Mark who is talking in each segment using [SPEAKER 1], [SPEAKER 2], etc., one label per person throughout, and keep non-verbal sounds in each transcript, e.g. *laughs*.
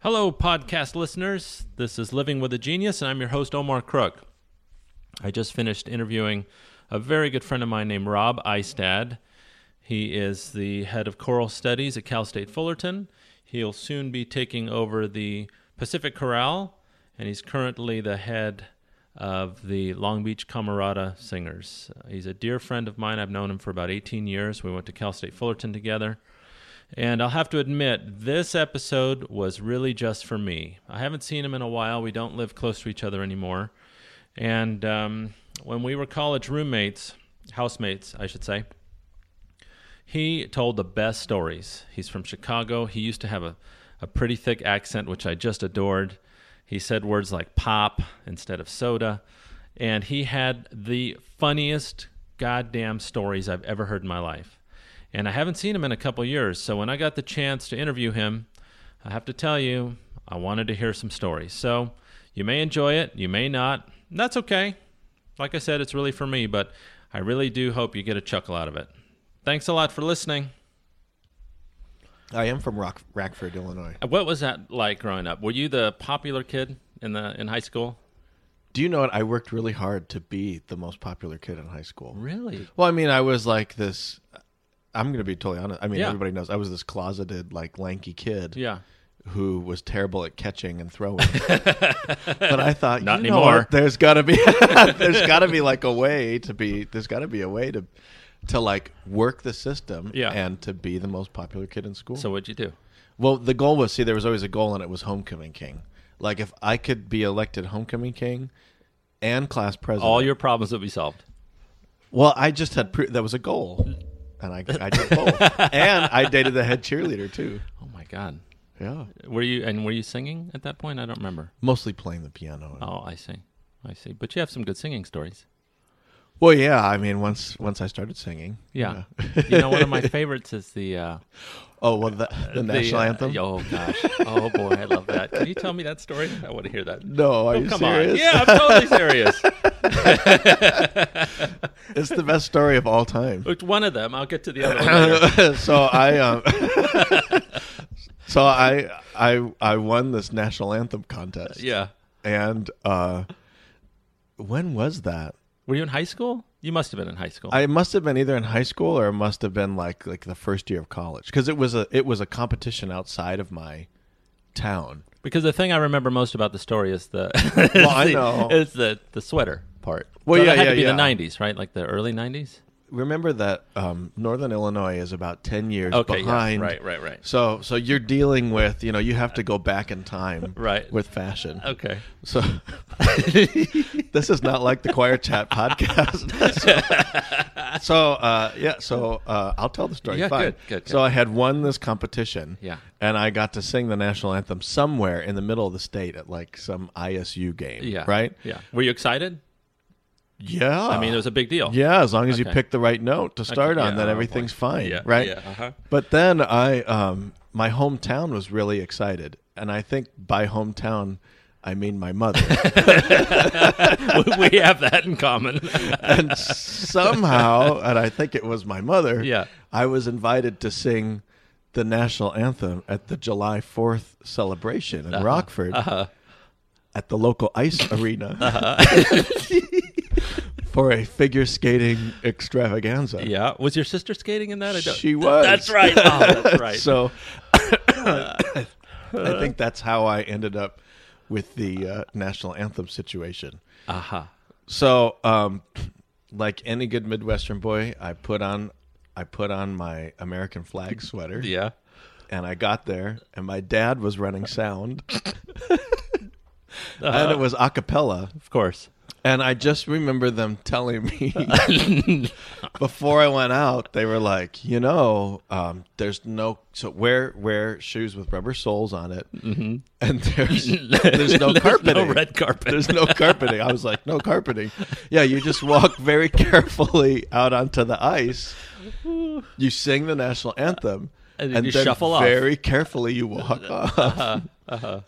[SPEAKER 1] Hello, podcast listeners. This is Living with a Genius, and I'm your host, Omar Crook. I just finished interviewing a very good friend of mine named Rob Eistad. He is the head of choral studies at Cal State Fullerton. He'll soon be taking over the Pacific Chorale, and he's currently the head of the Long Beach Camerata Singers. He's a dear friend of mine. I've known him for about 18 years. We went to Cal State Fullerton together. And I'll have to admit, this episode was really just for me. I haven't seen him in a while. We don't live close to each other anymore. And um, when we were college roommates, housemates, I should say, he told the best stories. He's from Chicago. He used to have a, a pretty thick accent, which I just adored. He said words like pop instead of soda. And he had the funniest goddamn stories I've ever heard in my life and I haven't seen him in a couple years. So when I got the chance to interview him, I have to tell you, I wanted to hear some stories. So you may enjoy it, you may not. and That's okay. Like I said, it's really for me, but I really do hope you get a chuckle out of it. Thanks a lot for listening.
[SPEAKER 2] I am from Rock- Rockford, Illinois.
[SPEAKER 1] Uh, What was that like growing up? Were you the popular kid in the in high school?
[SPEAKER 2] Do you know what? I worked really hard to be the most popular kid in high school.
[SPEAKER 1] Really?
[SPEAKER 2] Well, I mean, I was like this. I'm going to be totally honest. I mean,
[SPEAKER 1] Yeah.
[SPEAKER 2] everybody knows I was this closeted, like lanky kid
[SPEAKER 1] Yeah.
[SPEAKER 2] who was terrible at catching and
[SPEAKER 1] *laughs*
[SPEAKER 2] throwing. but I thought,
[SPEAKER 1] Not
[SPEAKER 2] you know what?
[SPEAKER 1] anymore.
[SPEAKER 2] There's got
[SPEAKER 1] *laughs*
[SPEAKER 2] to be, *laughs* there's got to be like a way to be. There's got to be a way to, to like work the system
[SPEAKER 1] Yeah.
[SPEAKER 2] and to be the most popular kid in school.
[SPEAKER 1] So what'd you do?
[SPEAKER 2] Well, the goal was see, there was always a goal, and it was homecoming king. Like if I could be elected homecoming king and class president,
[SPEAKER 1] All your problems would be solved.
[SPEAKER 2] well, I just had pre- that was a goal, and I I did both,
[SPEAKER 1] *laughs*
[SPEAKER 2] and I dated the head cheerleader too.
[SPEAKER 1] Oh my god.
[SPEAKER 2] Yeah,
[SPEAKER 1] Were you and were you singing at that point? I don't remember.
[SPEAKER 2] mostly playing the piano.
[SPEAKER 1] Oh, I see. I see. But you have some good singing stories.
[SPEAKER 2] Well, yeah, I mean once once I started singing,
[SPEAKER 1] Yeah. *laughs* you know, one of my favorites is the uh,
[SPEAKER 2] Oh well, the, the national
[SPEAKER 1] uh,
[SPEAKER 2] anthem.
[SPEAKER 1] Oh gosh. Oh boy, I love that. Can you tell me that story? I want to hear that. Oh,
[SPEAKER 2] No, are you
[SPEAKER 1] Come
[SPEAKER 2] serious?
[SPEAKER 1] on. Yeah, I'm totally *laughs* serious.
[SPEAKER 2] *laughs* It's the best story of
[SPEAKER 1] *laughs*
[SPEAKER 2] all time.
[SPEAKER 1] it's one of them. I'll get to the other one.
[SPEAKER 2] *laughs*
[SPEAKER 1] Later.
[SPEAKER 2] so I um, *laughs* so I I I won this national anthem contest.
[SPEAKER 1] Yeah.
[SPEAKER 2] and uh when was that
[SPEAKER 1] Were you in high school? You must have been in high school.
[SPEAKER 2] i must have been either in high school or it must have been like like the first year of college because it was a it was a competition outside of my town
[SPEAKER 1] because the thing I remember most about the story is the
[SPEAKER 2] Well, I
[SPEAKER 1] *laughs* is the-
[SPEAKER 2] know.
[SPEAKER 1] is the the sweater part.
[SPEAKER 2] Well,
[SPEAKER 1] So
[SPEAKER 2] yeah,
[SPEAKER 1] that had
[SPEAKER 2] yeah,
[SPEAKER 1] to be
[SPEAKER 2] yeah.
[SPEAKER 1] the 90s, right? Like the early 90s.
[SPEAKER 2] remember that um northern illinois is about 10 years
[SPEAKER 1] Okay, yeah.
[SPEAKER 2] behind
[SPEAKER 1] Right, right, right.
[SPEAKER 2] so so you're dealing with you know you have to go back in time
[SPEAKER 1] *laughs* Right.
[SPEAKER 2] with fashion
[SPEAKER 1] Okay.
[SPEAKER 2] so *laughs* this is not like the choir chat podcast *laughs* so, so, uh yeah so uh i'll tell the story
[SPEAKER 1] Yeah,
[SPEAKER 2] fine
[SPEAKER 1] good, good,
[SPEAKER 2] so
[SPEAKER 1] good.
[SPEAKER 2] i had won this competition
[SPEAKER 1] Yeah.
[SPEAKER 2] and i got to sing the national anthem somewhere in the middle of the state at like some isu game
[SPEAKER 1] Yeah.
[SPEAKER 2] right
[SPEAKER 1] Yeah. Were you excited?
[SPEAKER 2] yeah
[SPEAKER 1] I mean, it was a big deal.
[SPEAKER 2] yeah as long as you
[SPEAKER 1] Okay.
[SPEAKER 2] pick the right note to start
[SPEAKER 1] yeah,
[SPEAKER 2] on then
[SPEAKER 1] oh,
[SPEAKER 2] everything's
[SPEAKER 1] boy.
[SPEAKER 2] fine
[SPEAKER 1] Yeah,
[SPEAKER 2] right
[SPEAKER 1] yeah, uh-huh. *laughs*
[SPEAKER 2] but then i um my hometown was really excited and i think by hometown i mean my mother
[SPEAKER 1] *laughs* we have that in common. *laughs*
[SPEAKER 2] and somehow, and I think it was my mother.
[SPEAKER 1] Yeah.
[SPEAKER 2] I was invited to sing the national anthem at the July Fourth celebration
[SPEAKER 1] Uh-huh.
[SPEAKER 2] in Rockford at the local
[SPEAKER 1] *laughs*
[SPEAKER 2] ice arena
[SPEAKER 1] Uh-huh.
[SPEAKER 2] for a figure skating extravaganza.
[SPEAKER 1] yeah. Was your sister skating in that? I don't-
[SPEAKER 2] She was.
[SPEAKER 1] That's *laughs* right. Oh, that's right.
[SPEAKER 2] *laughs*
[SPEAKER 1] *coughs*
[SPEAKER 2] So *coughs* I think that's how I ended up with the uh, national anthem situation.
[SPEAKER 1] Aha.
[SPEAKER 2] So, um, like any good Midwestern boy, I put on I put on my American flag sweater,
[SPEAKER 1] Yeah.
[SPEAKER 2] and I got there, and my dad was running sound, *laughs* and it was a cappella,
[SPEAKER 1] Of course.
[SPEAKER 2] and I just remember them telling me *laughs* before I went out, they were like, you know, um, there's no so wear wear shoes with rubber soles on it, mm-hmm. and *laughs* there's
[SPEAKER 1] *laughs*
[SPEAKER 2] there's no Oh, carpeting,
[SPEAKER 1] No red carpet.
[SPEAKER 2] there's no carpeting. I was like, no carpeting. Yeah, you just walk very carefully out onto the ice. You sing the national anthem,
[SPEAKER 1] And then you shuffle off. Uh-huh.
[SPEAKER 2] very carefully. You walk off.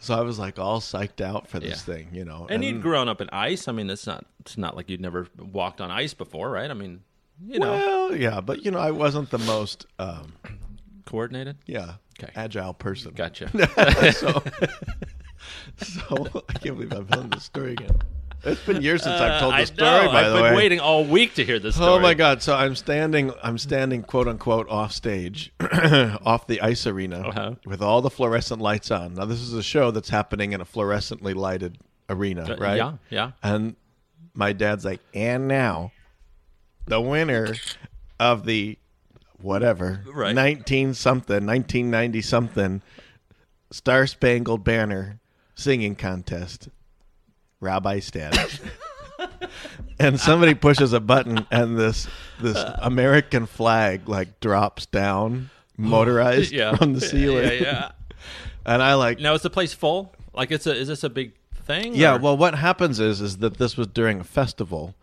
[SPEAKER 2] So I was like all psyched out for this
[SPEAKER 1] Yeah.
[SPEAKER 2] thing, you know.
[SPEAKER 1] and you'd grown up in ice. I mean, it's not. It's not like you'd never walked on ice before, right? I mean, you know.
[SPEAKER 2] well, yeah, but you know, I wasn't the most um,
[SPEAKER 1] Coordinated?
[SPEAKER 2] Yeah.
[SPEAKER 1] Okay.
[SPEAKER 2] Agile person. *laughs*
[SPEAKER 1] Gotcha.
[SPEAKER 2] so, so I can't believe I'm telling this story again. It's been years since I've told
[SPEAKER 1] Uh, I
[SPEAKER 2] this story.
[SPEAKER 1] know.
[SPEAKER 2] By
[SPEAKER 1] I've
[SPEAKER 2] the
[SPEAKER 1] been
[SPEAKER 2] way,
[SPEAKER 1] waiting all week to hear this story.
[SPEAKER 2] Oh my god! So I'm standing, I'm standing, quote unquote, off stage, *clears throat* off the ice arena,
[SPEAKER 1] Uh-huh.
[SPEAKER 2] with all the fluorescent lights on. Now this is a show that's happening in a fluorescently lighted arena,
[SPEAKER 1] Uh,
[SPEAKER 2] right?
[SPEAKER 1] Yeah,
[SPEAKER 2] *laughs*
[SPEAKER 1] yeah.
[SPEAKER 2] And my dad's like, and now, the winner of the whatever,
[SPEAKER 1] Right.
[SPEAKER 2] nineteen something, nineteen ninety something, Star Spangled Banner singing contest,
[SPEAKER 1] *laughs*
[SPEAKER 2] Rob Eistad. and somebody pushes a button, and this this American flag like drops down, motorized
[SPEAKER 1] Yeah.
[SPEAKER 2] from the
[SPEAKER 1] Yeah,
[SPEAKER 2] ceiling.
[SPEAKER 1] Yeah, yeah.
[SPEAKER 2] And I like
[SPEAKER 1] Now is the place full? Like it's a is this a big thing?
[SPEAKER 2] Yeah,
[SPEAKER 1] or-
[SPEAKER 2] well, what happens is is that this was during a festival,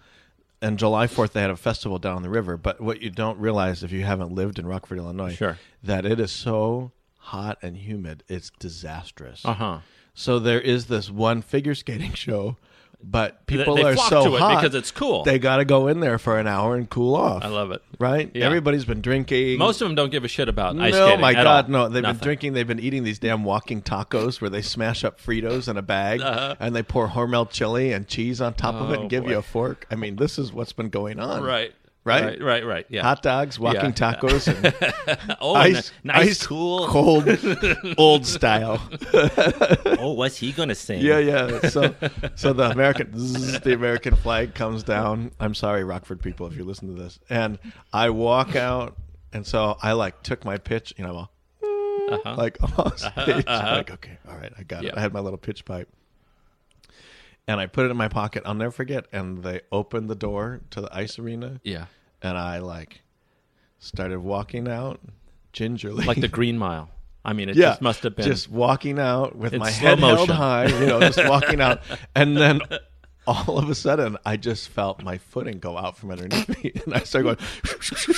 [SPEAKER 2] and July Fourth they had a festival down the river. But what you don't realize if you haven't lived in Rockford, Illinois,
[SPEAKER 1] Sure.
[SPEAKER 2] that it is so hot and humid, it's disastrous.
[SPEAKER 1] Uh-huh.
[SPEAKER 2] So there is this one figure skating *laughs* show, but people
[SPEAKER 1] they
[SPEAKER 2] are
[SPEAKER 1] flock
[SPEAKER 2] so
[SPEAKER 1] to it
[SPEAKER 2] hot
[SPEAKER 1] because it's cool.
[SPEAKER 2] They got to go in there for an hour and cool off.
[SPEAKER 1] I love it.
[SPEAKER 2] Right?
[SPEAKER 1] Yeah.
[SPEAKER 2] Everybody's been drinking.
[SPEAKER 1] Most of them don't give a shit about ice
[SPEAKER 2] No,
[SPEAKER 1] skating
[SPEAKER 2] my
[SPEAKER 1] at
[SPEAKER 2] God,
[SPEAKER 1] all.
[SPEAKER 2] no! They've
[SPEAKER 1] Nothing.
[SPEAKER 2] been drinking. They've been eating these damn walking tacos where they smash up Fritos in a bag and they pour Hormel chili and cheese on top of it
[SPEAKER 1] Uh-huh. Oh,
[SPEAKER 2] and give
[SPEAKER 1] boy.
[SPEAKER 2] you a fork. I mean, this is what's been going on,
[SPEAKER 1] Right.
[SPEAKER 2] Right?
[SPEAKER 1] Right. Right. right. Yeah.
[SPEAKER 2] Hot dogs, walking
[SPEAKER 1] Yeah.
[SPEAKER 2] tacos, and
[SPEAKER 1] *laughs* oh, and
[SPEAKER 2] ice,
[SPEAKER 1] a nice,
[SPEAKER 2] ice
[SPEAKER 1] cool. *laughs*
[SPEAKER 2] cold, old style.
[SPEAKER 1] Oh, what's he gonna sing?
[SPEAKER 2] Yeah, yeah. So, so the American, zzz, the American flag comes down. I'm sorry, Rockford people, if you listen to this. And I walk out, and so I like took my pitch. You know, I'm all,
[SPEAKER 1] Uh-huh.
[SPEAKER 2] like *laughs* off stage. Like, okay, all right, I got
[SPEAKER 1] Yeah.
[SPEAKER 2] it. I had my little pitch pipe. And I put it in my pocket. I'll never forget. And they opened the door to the ice arena.
[SPEAKER 1] yeah.
[SPEAKER 2] And I like started walking out gingerly.
[SPEAKER 1] Like the Green Mile. I mean, it
[SPEAKER 2] yeah,
[SPEAKER 1] just must have been.
[SPEAKER 2] just walking out with my
[SPEAKER 1] slow
[SPEAKER 2] head held
[SPEAKER 1] motion.
[SPEAKER 2] high, you know, just walking
[SPEAKER 1] *laughs*
[SPEAKER 2] out. And then all of a sudden, I just felt my footing go out from underneath me, *laughs* and I started going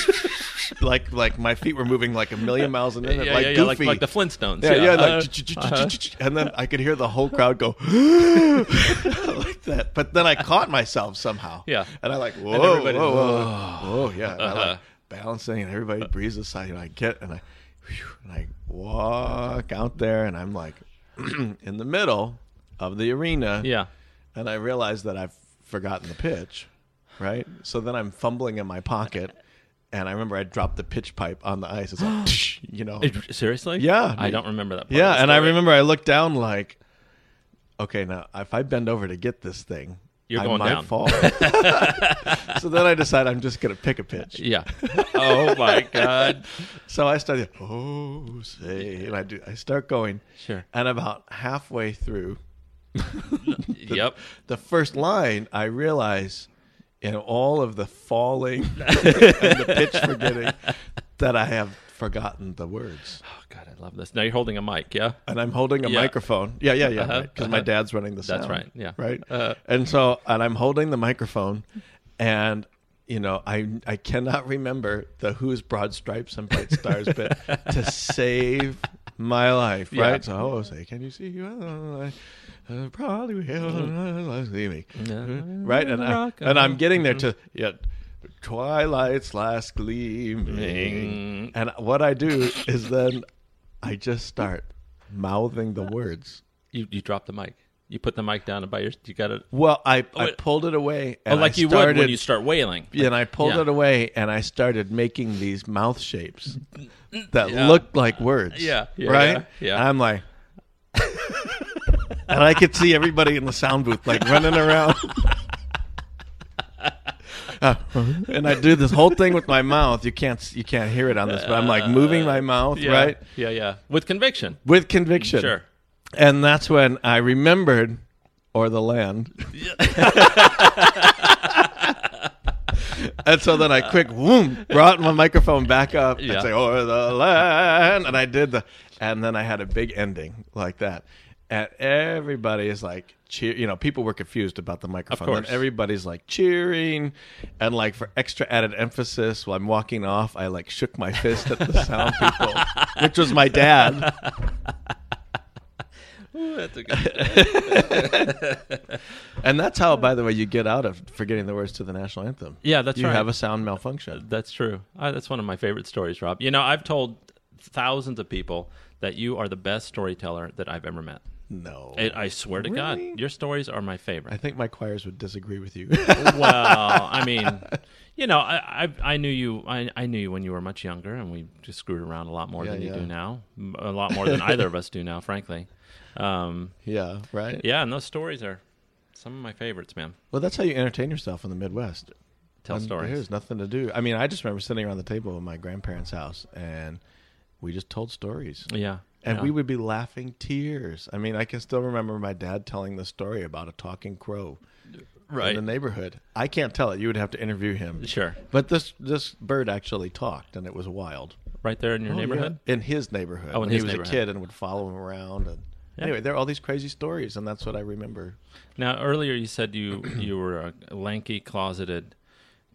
[SPEAKER 2] *laughs* like like my feet were moving like a million miles an hour,
[SPEAKER 1] yeah,
[SPEAKER 2] like
[SPEAKER 1] yeah, yeah,
[SPEAKER 2] goofy.
[SPEAKER 1] like, like the Flintstones.
[SPEAKER 2] Yeah, yeah,
[SPEAKER 1] Uh,
[SPEAKER 2] like, ch- ch- ch- ch- ch- and then
[SPEAKER 1] Uh-huh.
[SPEAKER 2] I could hear the whole
[SPEAKER 1] *laughs*
[SPEAKER 2] crowd go *gasps* like that. But then I caught myself somehow.
[SPEAKER 1] Yeah.
[SPEAKER 2] and I like whoa, whoa, whoa,
[SPEAKER 1] everybody- Uh-huh.
[SPEAKER 2] whoa, yeah. And I like balancing, and everybody breathes aside, and I get and I whew, and I walk out there, and I'm like *clears throat* in the middle of the arena.
[SPEAKER 1] yeah.
[SPEAKER 2] and I realize that I've forgotten the pitch. Right, so then I'm fumbling in my pocket. And I remember I dropped the pitch pipe on the ice.
[SPEAKER 1] *gasps*
[SPEAKER 2] It's like, you know,
[SPEAKER 1] It- seriously?
[SPEAKER 2] Yeah.
[SPEAKER 1] I don't remember that. Part
[SPEAKER 2] yeah,
[SPEAKER 1] of the
[SPEAKER 2] and I
[SPEAKER 1] story.
[SPEAKER 2] remember I looked down like, okay, now if I bend over to get this thing,
[SPEAKER 1] You're
[SPEAKER 2] I
[SPEAKER 1] going
[SPEAKER 2] might
[SPEAKER 1] down. *laughs*
[SPEAKER 2] fall. so then I decide I'm just gonna pick a pitch.
[SPEAKER 1] Yeah.
[SPEAKER 2] *laughs*
[SPEAKER 1] Oh my God.
[SPEAKER 2] So I started, oh say, and I do. I start going,
[SPEAKER 1] Sure.
[SPEAKER 2] and about halfway through
[SPEAKER 1] *laughs* yep.
[SPEAKER 2] the first line, I realize in all of the falling *laughs* and the pitch forgetting that I have forgotten the words.
[SPEAKER 1] Oh God, I love this. Now you're holding a mic. Yeah.
[SPEAKER 2] *laughs* and I'm holding a
[SPEAKER 1] Yeah.
[SPEAKER 2] microphone. Yeah, yeah, yeah. Because
[SPEAKER 1] Uh-huh,
[SPEAKER 2] my
[SPEAKER 1] uh-huh.
[SPEAKER 2] dad's running the sound.
[SPEAKER 1] That's right, yeah.
[SPEAKER 2] Right.
[SPEAKER 1] Uh,
[SPEAKER 2] and so, and I'm holding the microphone, and you know, I I cannot remember the Who's Broad Stripes and Bright Stars
[SPEAKER 1] *laughs*
[SPEAKER 2] bit to save my life.
[SPEAKER 1] Yeah.
[SPEAKER 2] Right. So I always say, "Can you see *laughs* you?" Uh, probably will.
[SPEAKER 1] Mm-hmm.
[SPEAKER 2] See me. Right. And I,
[SPEAKER 1] Rock Mm-hmm.
[SPEAKER 2] and I'm
[SPEAKER 1] on.
[SPEAKER 2] getting there to yeah. Twilight's last gleaming,
[SPEAKER 1] Mm-hmm.
[SPEAKER 2] and what I do is then I just start mouthing the words.
[SPEAKER 1] You you dropped the mic. You put the mic down and by your you got it.
[SPEAKER 2] Well, I, I
[SPEAKER 1] it-
[SPEAKER 2] pulled it away
[SPEAKER 1] Oh,
[SPEAKER 2] and
[SPEAKER 1] like
[SPEAKER 2] I
[SPEAKER 1] you
[SPEAKER 2] started,
[SPEAKER 1] would when you start wailing.
[SPEAKER 2] and I pulled
[SPEAKER 1] Yeah.
[SPEAKER 2] it away and I started making these mouth shapes that
[SPEAKER 1] Yeah.
[SPEAKER 2] looked like words.
[SPEAKER 1] Yeah, yeah,
[SPEAKER 2] right.
[SPEAKER 1] yeah, yeah.
[SPEAKER 2] And I'm like, and I could see everybody in the sound booth like running around. *laughs* Uh, and I do this whole thing with my mouth. You can't s- you can't hear it on this, but I'm like moving my mouth
[SPEAKER 1] Yeah.
[SPEAKER 2] right
[SPEAKER 1] Yeah. Yeah. With conviction.
[SPEAKER 2] with conviction.
[SPEAKER 1] Sure.
[SPEAKER 2] And that's when I remembered or
[SPEAKER 1] *laughs*
[SPEAKER 2] the land. and so then I quick whoom brought my microphone back up
[SPEAKER 1] Yeah.
[SPEAKER 2] and say or the land and I did the and then I had a big ending like that. And everybody is like cheer you know, people were confused about the microphone. And
[SPEAKER 1] course.
[SPEAKER 2] everybody's like cheering and like for extra added emphasis while I'm walking off, I like shook my fist at the sound
[SPEAKER 1] *laughs*
[SPEAKER 2] people. Which was my dad.
[SPEAKER 1] Ooh, that's a good.
[SPEAKER 2] And that's how, by the way, you get out of forgetting the words to the national anthem.
[SPEAKER 1] Yeah, that's
[SPEAKER 2] you
[SPEAKER 1] right.
[SPEAKER 2] have a sound malfunction.
[SPEAKER 1] That's true. Uh, that's one of my favorite stories, Rob. You know, I've told thousands of people that you are the best storyteller that I've ever met.
[SPEAKER 2] No.
[SPEAKER 1] I I swear to
[SPEAKER 2] Really?
[SPEAKER 1] God, your stories are my
[SPEAKER 2] I *laughs*
[SPEAKER 1] favorite.
[SPEAKER 2] think my choirs would disagree with you. *laughs*
[SPEAKER 1] well, I mean, you know, I, I I knew you I, I knew you when you were much younger, and we just screwed around a lot more
[SPEAKER 2] Yeah,
[SPEAKER 1] than you
[SPEAKER 2] yeah.
[SPEAKER 1] do now, M- a lot more than either of us do now, frankly. Um,
[SPEAKER 2] yeah, right?
[SPEAKER 1] yeah, and those stories are some of my favorites, man.
[SPEAKER 2] Well, that's how you entertain yourself in the Midwest.
[SPEAKER 1] Tell
[SPEAKER 2] When
[SPEAKER 1] stories.
[SPEAKER 2] There's nothing to do. I mean, I just remember sitting around the table in my grandparents' house and we just told stories.
[SPEAKER 1] Yeah,
[SPEAKER 2] And
[SPEAKER 1] yeah.
[SPEAKER 2] we would be laughing tears. I mean, I can still remember my dad telling the story about a talking crow
[SPEAKER 1] right.
[SPEAKER 2] in the neighborhood. I can't tell it. You would have to interview him.
[SPEAKER 1] Sure.
[SPEAKER 2] But this this bird actually talked, and it was wild.
[SPEAKER 1] right there in
[SPEAKER 2] Oh,
[SPEAKER 1] your neighborhood.
[SPEAKER 2] in his neighborhood.
[SPEAKER 1] Oh, in
[SPEAKER 2] when
[SPEAKER 1] his
[SPEAKER 2] he was a
[SPEAKER 1] neighborhood.
[SPEAKER 2] kid and would follow him around. And anyway, there are all these crazy stories, and that's what I remember.
[SPEAKER 1] Now, earlier you said you *clears throat* you were a lanky, closeted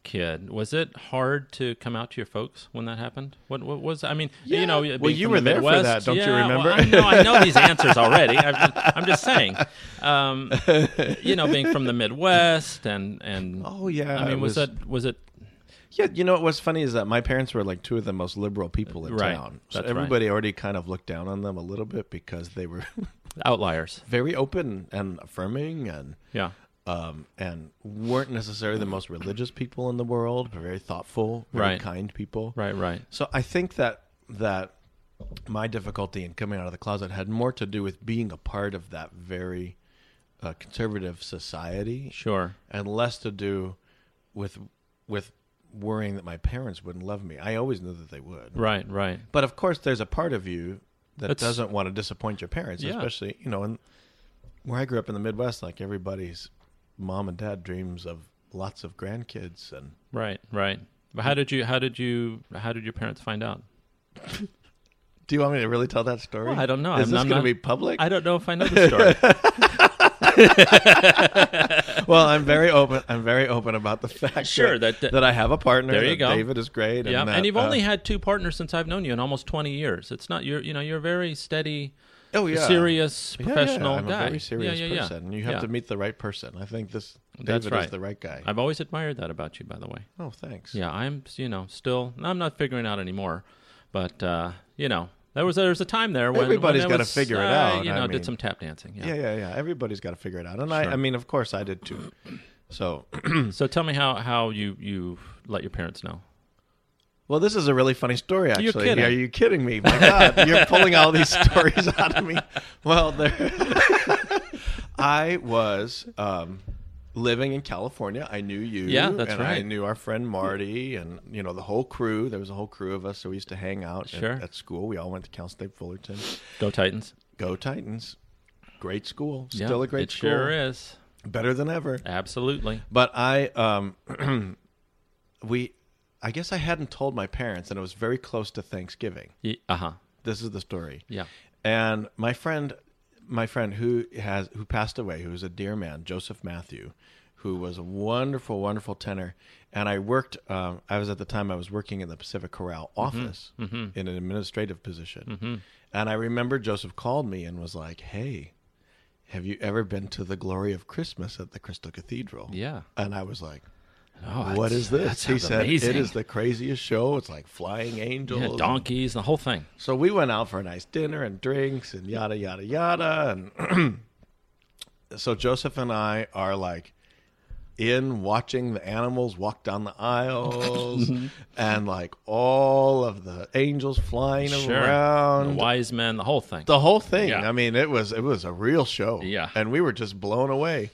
[SPEAKER 1] kid. Was it hard to come out to your folks when that happened? What, what was I mean? You know,
[SPEAKER 2] Well,
[SPEAKER 1] being
[SPEAKER 2] you
[SPEAKER 1] from
[SPEAKER 2] were
[SPEAKER 1] the
[SPEAKER 2] there for
[SPEAKER 1] Midwest-
[SPEAKER 2] that, don't you
[SPEAKER 1] Yeah, well,
[SPEAKER 2] remember?
[SPEAKER 1] I know, I know
[SPEAKER 2] *laughs*
[SPEAKER 1] these answers already. I'm just, I'm just saying, um, you know, being from the Midwest and and
[SPEAKER 2] *laughs* Oh, yeah,
[SPEAKER 1] I mean,
[SPEAKER 2] it
[SPEAKER 1] was,
[SPEAKER 2] was-
[SPEAKER 1] that was it?
[SPEAKER 2] Yeah, you know what's funny is that my parents were like two of the most liberal people in
[SPEAKER 1] Right,
[SPEAKER 2] town. So
[SPEAKER 1] that's right.
[SPEAKER 2] everybody already kind of looked down on them a little bit because they were *laughs*
[SPEAKER 1] Outliers.
[SPEAKER 2] very open and affirming and
[SPEAKER 1] Yeah,
[SPEAKER 2] um, and weren't necessarily the most religious people in the world, but very thoughtful, very
[SPEAKER 1] Right.
[SPEAKER 2] kind people.
[SPEAKER 1] right, right.
[SPEAKER 2] So I think that that my difficulty in coming out of the closet had more to do with being a part of that very uh, conservative society
[SPEAKER 1] Sure.
[SPEAKER 2] and less to do with with worrying that my parents wouldn't love me. I always knew that they would.
[SPEAKER 1] Right, right.
[SPEAKER 2] But of course there's a part of you that
[SPEAKER 1] That's-
[SPEAKER 2] doesn't want to disappoint your parents,
[SPEAKER 1] Yeah.
[SPEAKER 2] especially, you know, and where I grew up in the Midwest, like everybody's mom and dad dreams of lots of grandkids and
[SPEAKER 1] Right, right. But how did you how did you how did your parents find out?
[SPEAKER 2] do you want me to really tell that story?
[SPEAKER 1] Well, I don't know.
[SPEAKER 2] Is
[SPEAKER 1] I'm-
[SPEAKER 2] this
[SPEAKER 1] I'm
[SPEAKER 2] going
[SPEAKER 1] not-
[SPEAKER 2] to be public?
[SPEAKER 1] I don't know if I know the story.
[SPEAKER 2] well, I'm very open. I'm very open about the fact
[SPEAKER 1] Sure,
[SPEAKER 2] that,
[SPEAKER 1] that-
[SPEAKER 2] that, I have a partner.
[SPEAKER 1] There you
[SPEAKER 2] that
[SPEAKER 1] go.
[SPEAKER 2] David is great.
[SPEAKER 1] Yeah, and,
[SPEAKER 2] and, that,
[SPEAKER 1] you've
[SPEAKER 2] uh,
[SPEAKER 1] only had two partners since I've known you in almost twenty years. It's not you're you know you're a very steady,
[SPEAKER 2] oh yeah
[SPEAKER 1] serious
[SPEAKER 2] Yeah, yeah,
[SPEAKER 1] professional
[SPEAKER 2] I'm
[SPEAKER 1] guy.
[SPEAKER 2] a very serious
[SPEAKER 1] yeah, yeah, yeah.
[SPEAKER 2] person. You have
[SPEAKER 1] Yeah.
[SPEAKER 2] to meet the right person. I think this
[SPEAKER 1] That's
[SPEAKER 2] David
[SPEAKER 1] right.
[SPEAKER 2] is the right guy.
[SPEAKER 1] I've always admired that about you, by the way.
[SPEAKER 2] oh, thanks.
[SPEAKER 1] Yeah, I'm you know still I'm not figuring out anymore, but uh, you know there was there was a time there when
[SPEAKER 2] Everybody's
[SPEAKER 1] when I
[SPEAKER 2] gotta
[SPEAKER 1] was,
[SPEAKER 2] figure
[SPEAKER 1] uh,
[SPEAKER 2] it out,
[SPEAKER 1] You
[SPEAKER 2] I
[SPEAKER 1] know,
[SPEAKER 2] mean.
[SPEAKER 1] did some tap dancing.
[SPEAKER 2] yeah,
[SPEAKER 1] Yeah.
[SPEAKER 2] yeah, yeah. Everybody's got to figure it out, and I,
[SPEAKER 1] Sure.
[SPEAKER 2] I mean, of course, I did too. So,
[SPEAKER 1] So tell me how how you you let your parents know.
[SPEAKER 2] well, this is a really funny story. Actually,
[SPEAKER 1] kidding.
[SPEAKER 2] are you kidding me? My God, you're pulling all
[SPEAKER 1] *laughs*
[SPEAKER 2] these stories out of me. Well, there, *laughs* I was. Um, Living in California, I knew you.
[SPEAKER 1] Yeah, that's
[SPEAKER 2] and I
[SPEAKER 1] right.
[SPEAKER 2] knew our friend Marty, and you know the whole crew. There was a whole crew of us, so we used to hang out at-
[SPEAKER 1] Sure.
[SPEAKER 2] at, school. We all went to Cal State Fullerton.
[SPEAKER 1] Go Titans.
[SPEAKER 2] Go Titans! Great school,
[SPEAKER 1] Yeah,
[SPEAKER 2] still a great
[SPEAKER 1] it
[SPEAKER 2] school,
[SPEAKER 1] Sure is.
[SPEAKER 2] better than ever.
[SPEAKER 1] Absolutely.
[SPEAKER 2] But I, um, *clears throat* we, I guess I hadn't told my parents, and it was very close to Thanksgiving.
[SPEAKER 1] Uh huh.
[SPEAKER 2] This is the story.
[SPEAKER 1] Yeah.
[SPEAKER 2] And my friend, my friend who has who passed away, who was a dear man, Joseph Matthew, who was a wonderful, wonderful tenor. And I worked. Um, I was at the time I was working in the Pacific Corral office in an administrative position. And I remember Joseph called me and was like, "Hey." Have you ever been to the glory of Christmas at the Crystal Cathedral?
[SPEAKER 1] Yeah.
[SPEAKER 2] And I was like,
[SPEAKER 1] Oh,
[SPEAKER 2] what
[SPEAKER 1] that's-
[SPEAKER 2] is this?
[SPEAKER 1] That
[SPEAKER 2] He
[SPEAKER 1] sounds
[SPEAKER 2] said,
[SPEAKER 1] amazing.
[SPEAKER 2] it is the craziest show. It's like flying angels.
[SPEAKER 1] Yeah, donkeys, the whole thing.
[SPEAKER 2] So we went out for a nice dinner and drinks and yada, yada, yada. And *clears throat* so Joseph and I are like in watching the animals walk down the aisles
[SPEAKER 1] *laughs*
[SPEAKER 2] and like all of the angels flying
[SPEAKER 1] The
[SPEAKER 2] around.
[SPEAKER 1] wise men, the whole thing.
[SPEAKER 2] The whole thing.
[SPEAKER 1] Yeah.
[SPEAKER 2] I mean, it was it was a real show.
[SPEAKER 1] Yeah.
[SPEAKER 2] and we were just blown away.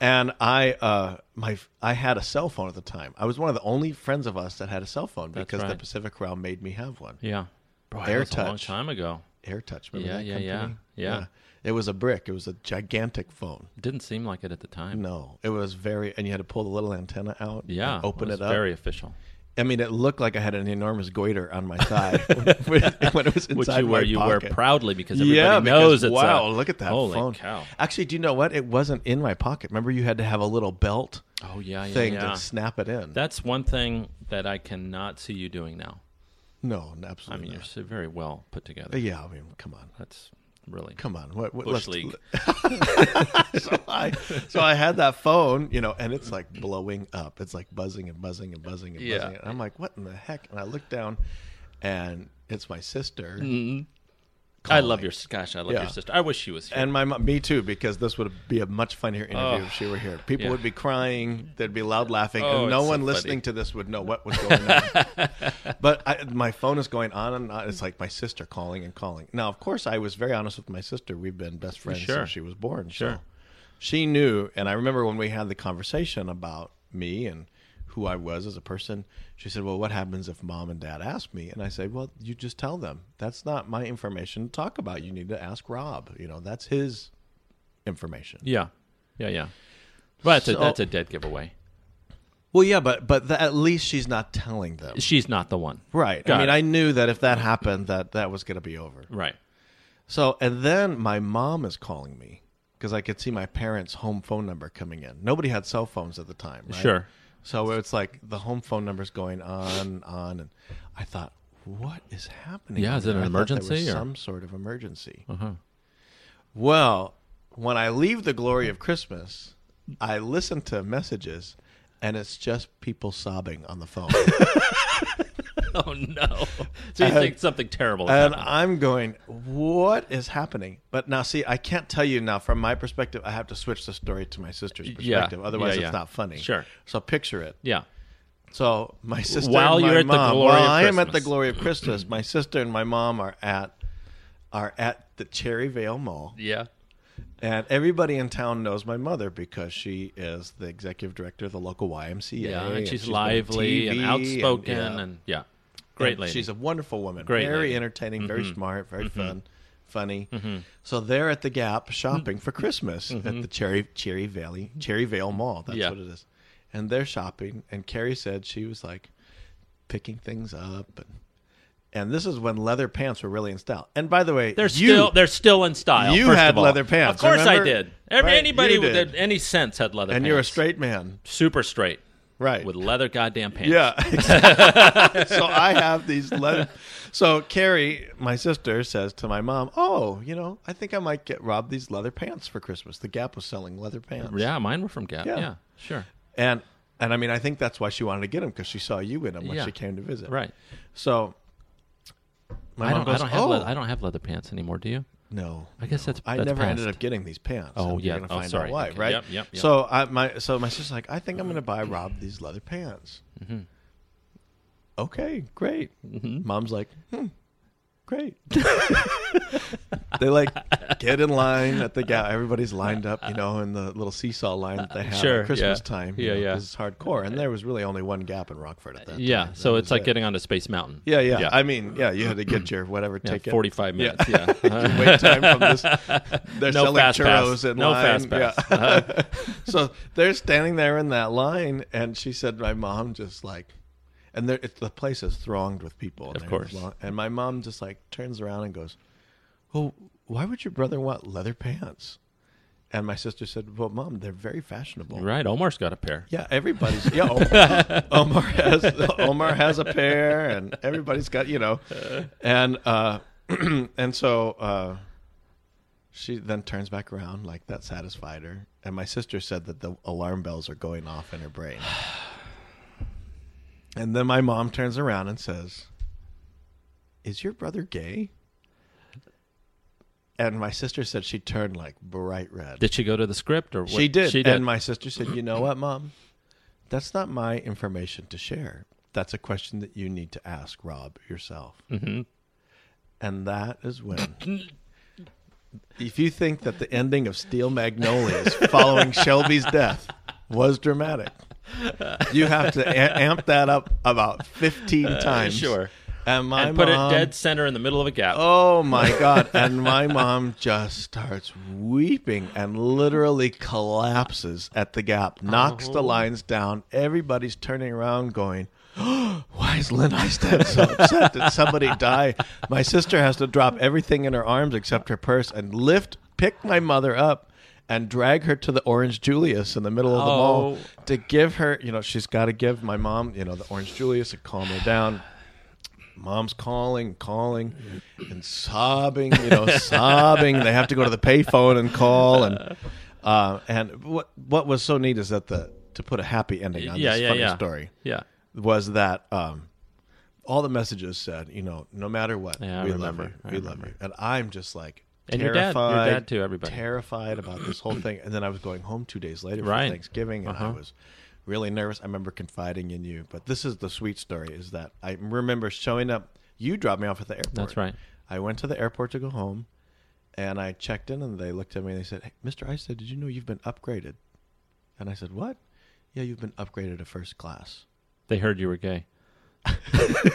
[SPEAKER 2] And I, uh, my, I had a cell phone at the time. I was one of the only friends of us that had a cell phone because the
[SPEAKER 1] right.
[SPEAKER 2] Pacific Corral made me have one.
[SPEAKER 1] yeah. Bro, that
[SPEAKER 2] Air
[SPEAKER 1] was a long
[SPEAKER 2] touch.
[SPEAKER 1] time ago.
[SPEAKER 2] AirTouch, remember
[SPEAKER 1] Yeah,
[SPEAKER 2] that
[SPEAKER 1] yeah,
[SPEAKER 2] company?
[SPEAKER 1] yeah. Yeah.
[SPEAKER 2] It was a brick. It was a gigantic phone.
[SPEAKER 1] It didn't seem like it at the time.
[SPEAKER 2] No, it was very, and you had to pull the little antenna out.
[SPEAKER 1] Yeah.
[SPEAKER 2] and open
[SPEAKER 1] was
[SPEAKER 2] it up.
[SPEAKER 1] Very official.
[SPEAKER 2] I mean, it looked like I had an enormous goiter on my thigh *laughs* when,
[SPEAKER 1] *laughs*
[SPEAKER 2] when it was inside
[SPEAKER 1] Which you
[SPEAKER 2] my
[SPEAKER 1] wear, you wear
[SPEAKER 2] pocket.
[SPEAKER 1] proudly because everybody
[SPEAKER 2] yeah,
[SPEAKER 1] knows
[SPEAKER 2] because,
[SPEAKER 1] it's a-
[SPEAKER 2] wow, look at that
[SPEAKER 1] holy
[SPEAKER 2] phone.
[SPEAKER 1] cow.
[SPEAKER 2] Actually, do you know what? It wasn't in my pocket. Remember, you had to have a little belt
[SPEAKER 1] Oh yeah, yeah,
[SPEAKER 2] thing
[SPEAKER 1] yeah.
[SPEAKER 2] to snap it in.
[SPEAKER 1] That's one thing that I cannot see you doing now.
[SPEAKER 2] no,
[SPEAKER 1] I
[SPEAKER 2] absolutely.
[SPEAKER 1] mean,
[SPEAKER 2] not.
[SPEAKER 1] you're so very well put together.
[SPEAKER 2] But yeah, I mean, come on,
[SPEAKER 1] That's really
[SPEAKER 2] come on. What, what,
[SPEAKER 1] bush
[SPEAKER 2] let's,
[SPEAKER 1] league.
[SPEAKER 2] *laughs* so I, so I had that phone, you know, and it's like blowing up. It's like buzzing and buzzing and buzzing and
[SPEAKER 1] Yeah.
[SPEAKER 2] buzzing. And I'm like, what in the heck? And I look down, and It's my sister.
[SPEAKER 1] Hmm. I love your gosh, I love
[SPEAKER 2] Yeah.
[SPEAKER 1] your sister. I wish she was here.
[SPEAKER 2] And my mom, me too, because this would be a much funnier
[SPEAKER 1] Oh,
[SPEAKER 2] interview if she were here. People
[SPEAKER 1] yeah.
[SPEAKER 2] would be crying, there'd be loud laughing,
[SPEAKER 1] Oh,
[SPEAKER 2] and no
[SPEAKER 1] it's so
[SPEAKER 2] one
[SPEAKER 1] funny.
[SPEAKER 2] listening to this would know what was going on. but I, my phone is going on and on. It's like my sister calling and calling. Now, of course, I was very honest with my sister. We've been best friends
[SPEAKER 1] Sure.
[SPEAKER 2] since she was born.
[SPEAKER 1] Sure.
[SPEAKER 2] So she knew, and I remember when we had the conversation about me and who I was as a person. She said, "Well, what happens if mom and dad ask me?" And I said, "Well, you just tell them. That's not my information to talk about. You need to ask Rob. You know, that's his information."
[SPEAKER 1] yeah, yeah, yeah. But that's, a,
[SPEAKER 2] So-
[SPEAKER 1] that's a dead giveaway.
[SPEAKER 2] Well, yeah, but but th- at least she's not telling them.
[SPEAKER 1] She's not the one.
[SPEAKER 2] Right.
[SPEAKER 1] Got
[SPEAKER 2] I mean,
[SPEAKER 1] it.
[SPEAKER 2] I knew that if that happened that that was going to be over.
[SPEAKER 1] Right.
[SPEAKER 2] So, and then my mom is calling me because I could see my parents' home phone number coming in. Nobody had cell phones at the time, right?
[SPEAKER 1] Sure.
[SPEAKER 2] So it's like the home phone number's going on, on, and I thought, what is happening?
[SPEAKER 1] Yeah, is it an
[SPEAKER 2] I thought there was
[SPEAKER 1] emergency or- Uh-huh.
[SPEAKER 2] Some sort of emergency. Well, when I leave the glory of Christmas, I listen to messages, and it's just people sobbing on the phone.
[SPEAKER 1] *laughs* Oh no. *laughs* So you think something terrible? is
[SPEAKER 2] And
[SPEAKER 1] happening.
[SPEAKER 2] I'm going, what is happening? But now, see, I can't tell you now from my perspective. I have to switch the story to my sister's
[SPEAKER 1] Yeah.
[SPEAKER 2] perspective. Otherwise,
[SPEAKER 1] Yeah, yeah.
[SPEAKER 2] it's not funny.
[SPEAKER 1] Sure.
[SPEAKER 2] So picture it.
[SPEAKER 1] yeah.
[SPEAKER 2] So my sister,
[SPEAKER 1] While
[SPEAKER 2] and my
[SPEAKER 1] you're at the
[SPEAKER 2] mom-
[SPEAKER 1] glory
[SPEAKER 2] while
[SPEAKER 1] of
[SPEAKER 2] I am at the
[SPEAKER 1] Christmas.
[SPEAKER 2] glory of Christmas, my sister and my mom are at are at the Cherry Vale Mall,
[SPEAKER 1] Yeah.
[SPEAKER 2] and everybody in town knows my mother because she is the executive director of the local YMCA.
[SPEAKER 1] Yeah.
[SPEAKER 2] and
[SPEAKER 1] And she's
[SPEAKER 2] been on
[SPEAKER 1] lively and
[SPEAKER 2] TV
[SPEAKER 1] outspoken and
[SPEAKER 2] yeah.
[SPEAKER 1] yeah. Great
[SPEAKER 2] And
[SPEAKER 1] lady.
[SPEAKER 2] She's a wonderful woman.
[SPEAKER 1] Great
[SPEAKER 2] very
[SPEAKER 1] lady. Mm-hmm.
[SPEAKER 2] entertaining, very smart, very fun, funny. So they're at the Gap shopping
[SPEAKER 1] Mm-hmm.
[SPEAKER 2] for Christmas at the Cherry Cherry Valley Cherry Vale Mall. That's
[SPEAKER 1] Yeah.
[SPEAKER 2] what it is. And they're shopping, and Carrie said she was like picking things up, and and this is when leather pants were really in style. And by the way,
[SPEAKER 1] They're
[SPEAKER 2] you,
[SPEAKER 1] still they're still in style.
[SPEAKER 2] you
[SPEAKER 1] first
[SPEAKER 2] had
[SPEAKER 1] of all.
[SPEAKER 2] leather pants,
[SPEAKER 1] Of course I
[SPEAKER 2] remember?
[SPEAKER 1] did. Every,
[SPEAKER 2] Right,
[SPEAKER 1] anybody
[SPEAKER 2] you
[SPEAKER 1] with
[SPEAKER 2] did.
[SPEAKER 1] any sense had leather
[SPEAKER 2] and
[SPEAKER 1] pants.
[SPEAKER 2] you're a straight man,
[SPEAKER 1] super straight
[SPEAKER 2] right?
[SPEAKER 1] with leather goddamn pants.
[SPEAKER 2] Yeah.
[SPEAKER 1] *laughs*
[SPEAKER 2] exactly. *laughs* so I have these leather. So Carrie, my sister, says to my mom, "Oh, you know, I think I might get Rob these leather pants for Christmas. The Gap was selling leather pants.
[SPEAKER 1] Yeah, mine were from Gap. Yeah,
[SPEAKER 2] Yeah.
[SPEAKER 1] sure.
[SPEAKER 2] And and I mean, I think that's why she wanted to get them because she saw you in them when
[SPEAKER 1] Yeah.
[SPEAKER 2] she came to visit.
[SPEAKER 1] Right.
[SPEAKER 2] So my
[SPEAKER 1] I don't,
[SPEAKER 2] mom goes,
[SPEAKER 1] I don't have
[SPEAKER 2] "Oh,
[SPEAKER 1] leather, I don't have leather pants anymore. Do you?
[SPEAKER 2] no."
[SPEAKER 1] I guess that's
[SPEAKER 2] I
[SPEAKER 1] that's
[SPEAKER 2] never
[SPEAKER 1] past.
[SPEAKER 2] ended up getting these pants.
[SPEAKER 1] Oh,
[SPEAKER 2] and
[SPEAKER 1] yeah.
[SPEAKER 2] you're gonna
[SPEAKER 1] Oh,
[SPEAKER 2] find
[SPEAKER 1] sorry.
[SPEAKER 2] out why,
[SPEAKER 1] Okay.
[SPEAKER 2] right?
[SPEAKER 1] Yep, yep, yep.
[SPEAKER 2] So I my so my sister's like, I think I'm gonna buy Rob these leather pants.
[SPEAKER 1] Mm-hmm.
[SPEAKER 2] Okay, great. Mom's like, hmm, great. *laughs* they like get in line at the gap. Everybody's lined up, you know, in the little seesaw line that they have
[SPEAKER 1] Sure,
[SPEAKER 2] at Christmas
[SPEAKER 1] yeah.
[SPEAKER 2] time.
[SPEAKER 1] Yeah, yeah.
[SPEAKER 2] This is hardcore, and there was really only one Gap in Rockford at that time.
[SPEAKER 1] Yeah, so
[SPEAKER 2] That
[SPEAKER 1] it's
[SPEAKER 2] was
[SPEAKER 1] like
[SPEAKER 2] it.
[SPEAKER 1] getting onto Space Mountain.
[SPEAKER 2] Yeah, yeah,
[SPEAKER 1] Yeah.
[SPEAKER 2] I mean, yeah, you had to get your whatever
[SPEAKER 1] Yeah,
[SPEAKER 2] ticket.
[SPEAKER 1] forty-five minutes. Yeah,
[SPEAKER 2] *laughs*
[SPEAKER 1] *laughs*
[SPEAKER 2] Your wait time from this. They're
[SPEAKER 1] no
[SPEAKER 2] selling
[SPEAKER 1] fast
[SPEAKER 2] churros
[SPEAKER 1] pass.
[SPEAKER 2] in
[SPEAKER 1] no
[SPEAKER 2] line.
[SPEAKER 1] fast pass. Uh-huh.
[SPEAKER 2] Yeah. *laughs* so they're standing there in that line, and she said, "My mom just like," and there, it, the place is thronged with people. and
[SPEAKER 1] Of
[SPEAKER 2] there's
[SPEAKER 1] course.
[SPEAKER 2] lo- and my mom just like turns around and goes, "Well, why would your brother want leather pants?" And my sister said, "Well, mom, they're very fashionable."
[SPEAKER 1] Right, Omar's got a pair.
[SPEAKER 2] Yeah, everybody's yeah. Omar, Omar has Omar has a pair, and everybody's got you know, and uh, *clears throat* and so uh, she then turns back around like that satisfied her. And my sister said that the alarm bells are going off in her brain. And then my mom turns around and says, "Is your brother gay?" And my sister said she turned like bright red.
[SPEAKER 1] Did she go to the script or what?
[SPEAKER 2] She did.
[SPEAKER 1] She did.
[SPEAKER 2] And my sister said, You know what, mom? That's not my information to share. That's a question that you need to ask Rob yourself.
[SPEAKER 1] Mm-hmm.
[SPEAKER 2] And that is when. if you think that the ending of Steel Magnolias
[SPEAKER 1] *laughs*
[SPEAKER 2] following Shelby's death was dramatic, you have to a- amp that up about 15 times.
[SPEAKER 1] Uh, sure.
[SPEAKER 2] And my
[SPEAKER 1] and put
[SPEAKER 2] mom-
[SPEAKER 1] it dead center in the middle of a gap.
[SPEAKER 2] Oh my god! And my mom just starts weeping and literally collapses at the gap, knocks the lines down. Everybody's turning around, going, *gasps* "Why is Lynn Eisted so upset? Did somebody die?" My sister has to drop everything in her arms except her purse and lift, pick my mother up. And drag her to the Orange Julius in the middle of the mall
[SPEAKER 1] Oh.
[SPEAKER 2] to give her, you know, she's got to give my mom, you know, the Orange Julius to calm her down mom's calling, calling, and sobbing, you know, sobbing. They have to go to the payphone and call, and uh, and what what was so neat is that the to put a happy ending on
[SPEAKER 1] yeah,
[SPEAKER 2] this
[SPEAKER 1] yeah,
[SPEAKER 2] funny
[SPEAKER 1] yeah.
[SPEAKER 2] story
[SPEAKER 1] Yeah.
[SPEAKER 2] was that um, all the messages said, you know, no matter what,
[SPEAKER 1] Yeah, I
[SPEAKER 2] we
[SPEAKER 1] remember.
[SPEAKER 2] love you,
[SPEAKER 1] I
[SPEAKER 2] we love you, and I'm just like
[SPEAKER 1] And your dad- your
[SPEAKER 2] terrified,
[SPEAKER 1] dad too, everybody.
[SPEAKER 2] terrified about this whole thing. And then I was going home two days later
[SPEAKER 1] Right. Uh-huh.
[SPEAKER 2] for Thanksgiving, and I was really nervous. I remember confiding in you, but this is the sweet story: is that I remember showing up. You dropped me off at the airport.
[SPEAKER 1] That's right.
[SPEAKER 2] I went to the airport to go home, and I checked in, and they looked at me and they said, "Hey, Mr. I said, did you know you've been upgraded?" And I said, "What?" Yeah, you've been upgraded to first class.
[SPEAKER 1] They heard you were gay.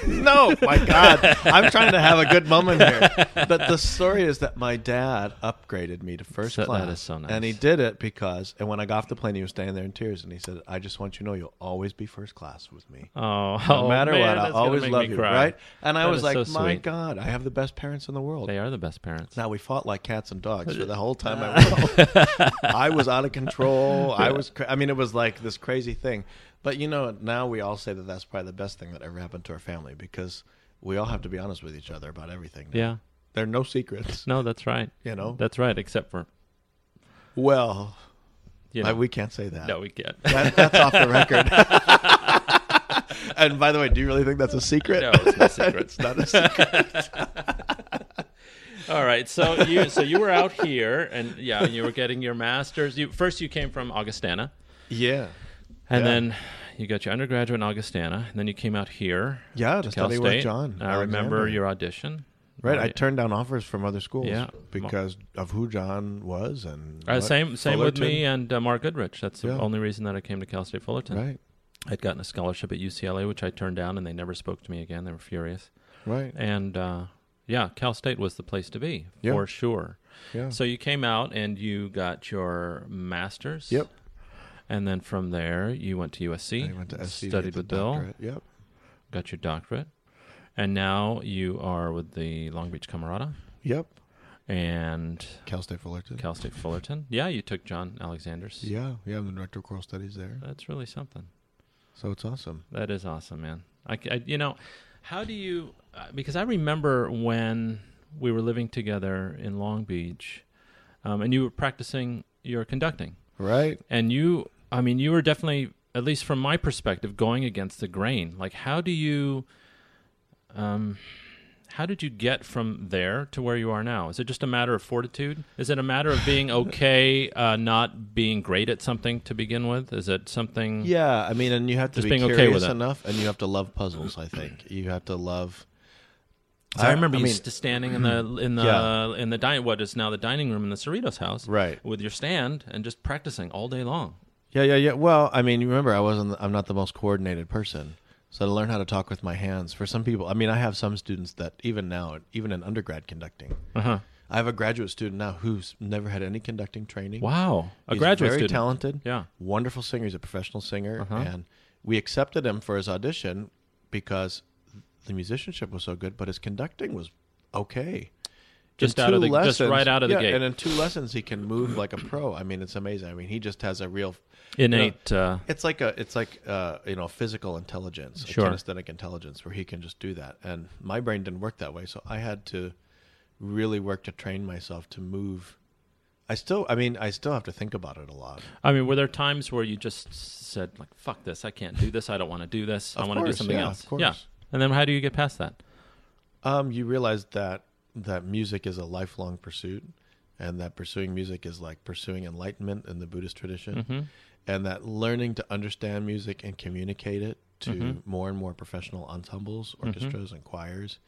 [SPEAKER 2] No, my God. I'm trying to have a good moment
[SPEAKER 1] *laughs*
[SPEAKER 2] here. But the story is that my dad upgraded me to first
[SPEAKER 1] So- that
[SPEAKER 2] class.
[SPEAKER 1] is so nice.
[SPEAKER 2] And he did it because, and when I got off the plane, he was standing there in tears and he said, I just want you to know you'll always be first class with me.
[SPEAKER 1] Oh,
[SPEAKER 2] No
[SPEAKER 1] oh,
[SPEAKER 2] matter
[SPEAKER 1] man,
[SPEAKER 2] what,
[SPEAKER 1] that's
[SPEAKER 2] I'll
[SPEAKER 1] gonna
[SPEAKER 2] always
[SPEAKER 1] make
[SPEAKER 2] love
[SPEAKER 1] me
[SPEAKER 2] you.
[SPEAKER 1] cry.
[SPEAKER 2] Right? And I
[SPEAKER 1] That
[SPEAKER 2] was
[SPEAKER 1] is
[SPEAKER 2] like,
[SPEAKER 1] so
[SPEAKER 2] my
[SPEAKER 1] sweet.
[SPEAKER 2] God, I have the best parents in the world.
[SPEAKER 1] They are the best parents.
[SPEAKER 2] Now we fought like cats and dogs for the whole time
[SPEAKER 1] *laughs*
[SPEAKER 2] I was home. I was out of control. I was. Cra- I mean, it was like this crazy thing. But you know, now we all say that that's probably the best thing that ever happened to our family because we all have to be honest with each other about everything. now.
[SPEAKER 1] Yeah.
[SPEAKER 2] there are no secrets.
[SPEAKER 1] No, that's right.
[SPEAKER 2] You know.
[SPEAKER 1] That's right, except for
[SPEAKER 2] well,
[SPEAKER 1] you
[SPEAKER 2] I-
[SPEAKER 1] know.
[SPEAKER 2] we can't say that.
[SPEAKER 1] no, we
[SPEAKER 2] *laughs*
[SPEAKER 1] can't.
[SPEAKER 2] That- that's off the record. *laughs* and by the way, do you really think that's a secret?
[SPEAKER 1] No, it's no secret.
[SPEAKER 2] *laughs* it's not a secret.
[SPEAKER 1] *laughs* All right, so you so you were out here, and yeah, you were getting your master's. You first you came from Augustana,
[SPEAKER 2] yeah.
[SPEAKER 1] and
[SPEAKER 2] Yeah.
[SPEAKER 1] then you got your undergraduate in Augustana, and then you came out here.
[SPEAKER 2] Yeah,
[SPEAKER 1] to
[SPEAKER 2] to
[SPEAKER 1] Cal
[SPEAKER 2] study
[SPEAKER 1] State.
[SPEAKER 2] with John.
[SPEAKER 1] I remember
[SPEAKER 2] Alexander.
[SPEAKER 1] your audition.
[SPEAKER 2] Right, I
[SPEAKER 1] Right.
[SPEAKER 2] turned down offers from other schools
[SPEAKER 1] Yeah.
[SPEAKER 2] because of who John was and
[SPEAKER 1] Uh,
[SPEAKER 2] what-
[SPEAKER 1] same same with me
[SPEAKER 2] Fullerton.
[SPEAKER 1] and uh, Mark Goodrich. That's the
[SPEAKER 2] Yeah.
[SPEAKER 1] only reason that I came to Cal State Fullerton.
[SPEAKER 2] Right,
[SPEAKER 1] I'd gotten a scholarship at UCLA, which I turned down, and they never spoke to me again. They were furious.
[SPEAKER 2] right,
[SPEAKER 1] And uh, yeah, Cal State was the place to be
[SPEAKER 2] Yeah.
[SPEAKER 1] for sure.
[SPEAKER 2] yeah,
[SPEAKER 1] So you came out and you got your master's.
[SPEAKER 2] yep.
[SPEAKER 1] And then from there, you went to USC.
[SPEAKER 2] I went to SC to
[SPEAKER 1] studied
[SPEAKER 2] get the
[SPEAKER 1] with Bill,
[SPEAKER 2] doctorate. Yep,
[SPEAKER 1] got your doctorate, and now you are with the Long Beach Camarada
[SPEAKER 2] yep.
[SPEAKER 1] and
[SPEAKER 2] Cal State Fullerton.
[SPEAKER 1] Cal State Fullerton. Yeah, you took John Alexander's.
[SPEAKER 2] yeah, yeah. I'm the director of choral studies there,
[SPEAKER 1] That's really something.
[SPEAKER 2] so it's awesome.
[SPEAKER 1] That is awesome, man. I, c- I- you know, how do you? uh, Because I remember when we were living together in Long Beach, um, and you were practicing your conducting,
[SPEAKER 2] Right.
[SPEAKER 1] and you, I mean, you were definitely, at least from my perspective, going against the grain. Like, how do you? Um, how did you get from there to where you are now? Is it just a matter of fortitude? Is it a matter of being okay, uh, not being great at something to begin with? Is it something?
[SPEAKER 2] Yeah, I mean, and you have to
[SPEAKER 1] Just
[SPEAKER 2] be
[SPEAKER 1] being okay
[SPEAKER 2] curious
[SPEAKER 1] with it.
[SPEAKER 2] enough, and you have to love puzzles. I think you have to love.
[SPEAKER 1] 'Cause I, remember
[SPEAKER 2] I
[SPEAKER 1] you
[SPEAKER 2] mean-
[SPEAKER 1] st- standing
[SPEAKER 2] *clears throat*
[SPEAKER 1] in the in the
[SPEAKER 2] Yeah.
[SPEAKER 1] in the dining what is now the dining room in the Cerritos house,
[SPEAKER 2] Right.
[SPEAKER 1] With your stand and just practicing all day long.
[SPEAKER 2] Yeah, yeah, yeah. Well, I mean, you remember, I wasn't. I'm not the most coordinated person, so to learn how to talk with my hands. For some people, I mean, I have some students that even now, even in undergrad conducting,
[SPEAKER 1] Uh huh.
[SPEAKER 2] I have a graduate student now who's never had any conducting training.
[SPEAKER 1] Wow, a
[SPEAKER 2] He's
[SPEAKER 1] graduate
[SPEAKER 2] very
[SPEAKER 1] student.
[SPEAKER 2] talented.
[SPEAKER 1] Yeah.
[SPEAKER 2] wonderful singer. He's a professional singer,
[SPEAKER 1] Uh-huh.
[SPEAKER 2] and we accepted him for his audition because the musicianship was so good, but his conducting was okay.
[SPEAKER 1] Just
[SPEAKER 2] In
[SPEAKER 1] out of
[SPEAKER 2] two
[SPEAKER 1] the- just right out of the
[SPEAKER 2] yeah,
[SPEAKER 1] gate.
[SPEAKER 2] and in two lessons he can move like a pro. I mean, it's amazing. I mean, he just has a real
[SPEAKER 1] Innate. uh,
[SPEAKER 2] it's like a it's like uh, you know physical intelligence, a
[SPEAKER 1] Sure.
[SPEAKER 2] kinesthetic intelligence, where he can just do that. And my brain didn't work that way, so I had to really work to train myself to move. I still, I mean, I still have to think about it a lot.
[SPEAKER 1] I mean, were there times where you just said like, "Fuck this! I can't do this. I don't want to do this. I
[SPEAKER 2] Of
[SPEAKER 1] want to do
[SPEAKER 2] course,
[SPEAKER 1] something
[SPEAKER 2] yeah,
[SPEAKER 1] else."
[SPEAKER 2] of course.
[SPEAKER 1] Yeah. And then how do you get past that?
[SPEAKER 2] Um, you realize that that music is a lifelong pursuit, and that pursuing music is like pursuing enlightenment in the Buddhist tradition, and that learning to understand music and communicate it to more and more professional ensembles, orchestras, and choirs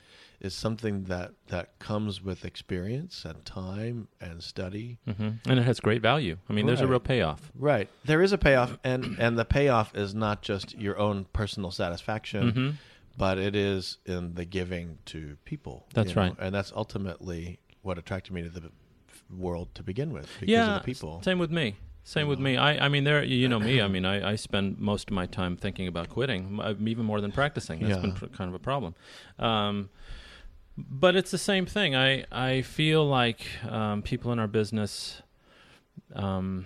[SPEAKER 2] is something that that comes with experience and time and study.
[SPEAKER 1] hmm And it has great value. I mean, there's a
[SPEAKER 2] Mm-hmm. Right.
[SPEAKER 1] real payoff.
[SPEAKER 2] Right. There is a payoff and and the payoff is not just your own personal
[SPEAKER 1] Mm-hmm.
[SPEAKER 2] satisfaction, but it is in the giving to people.
[SPEAKER 1] That's
[SPEAKER 2] you know?
[SPEAKER 1] right.
[SPEAKER 2] And that's ultimately what attracted me to the world to begin with because
[SPEAKER 1] yeah,
[SPEAKER 2] of the people.
[SPEAKER 1] Same with me. Same with me. I, I mean, there. You know me. I mean, I, I spend most of my time thinking about quitting, m- uh, even more than practicing. That's
[SPEAKER 2] Yeah.
[SPEAKER 1] been pr- kind of a problem. Um, but it's the same thing. I I feel like um, people in our business um,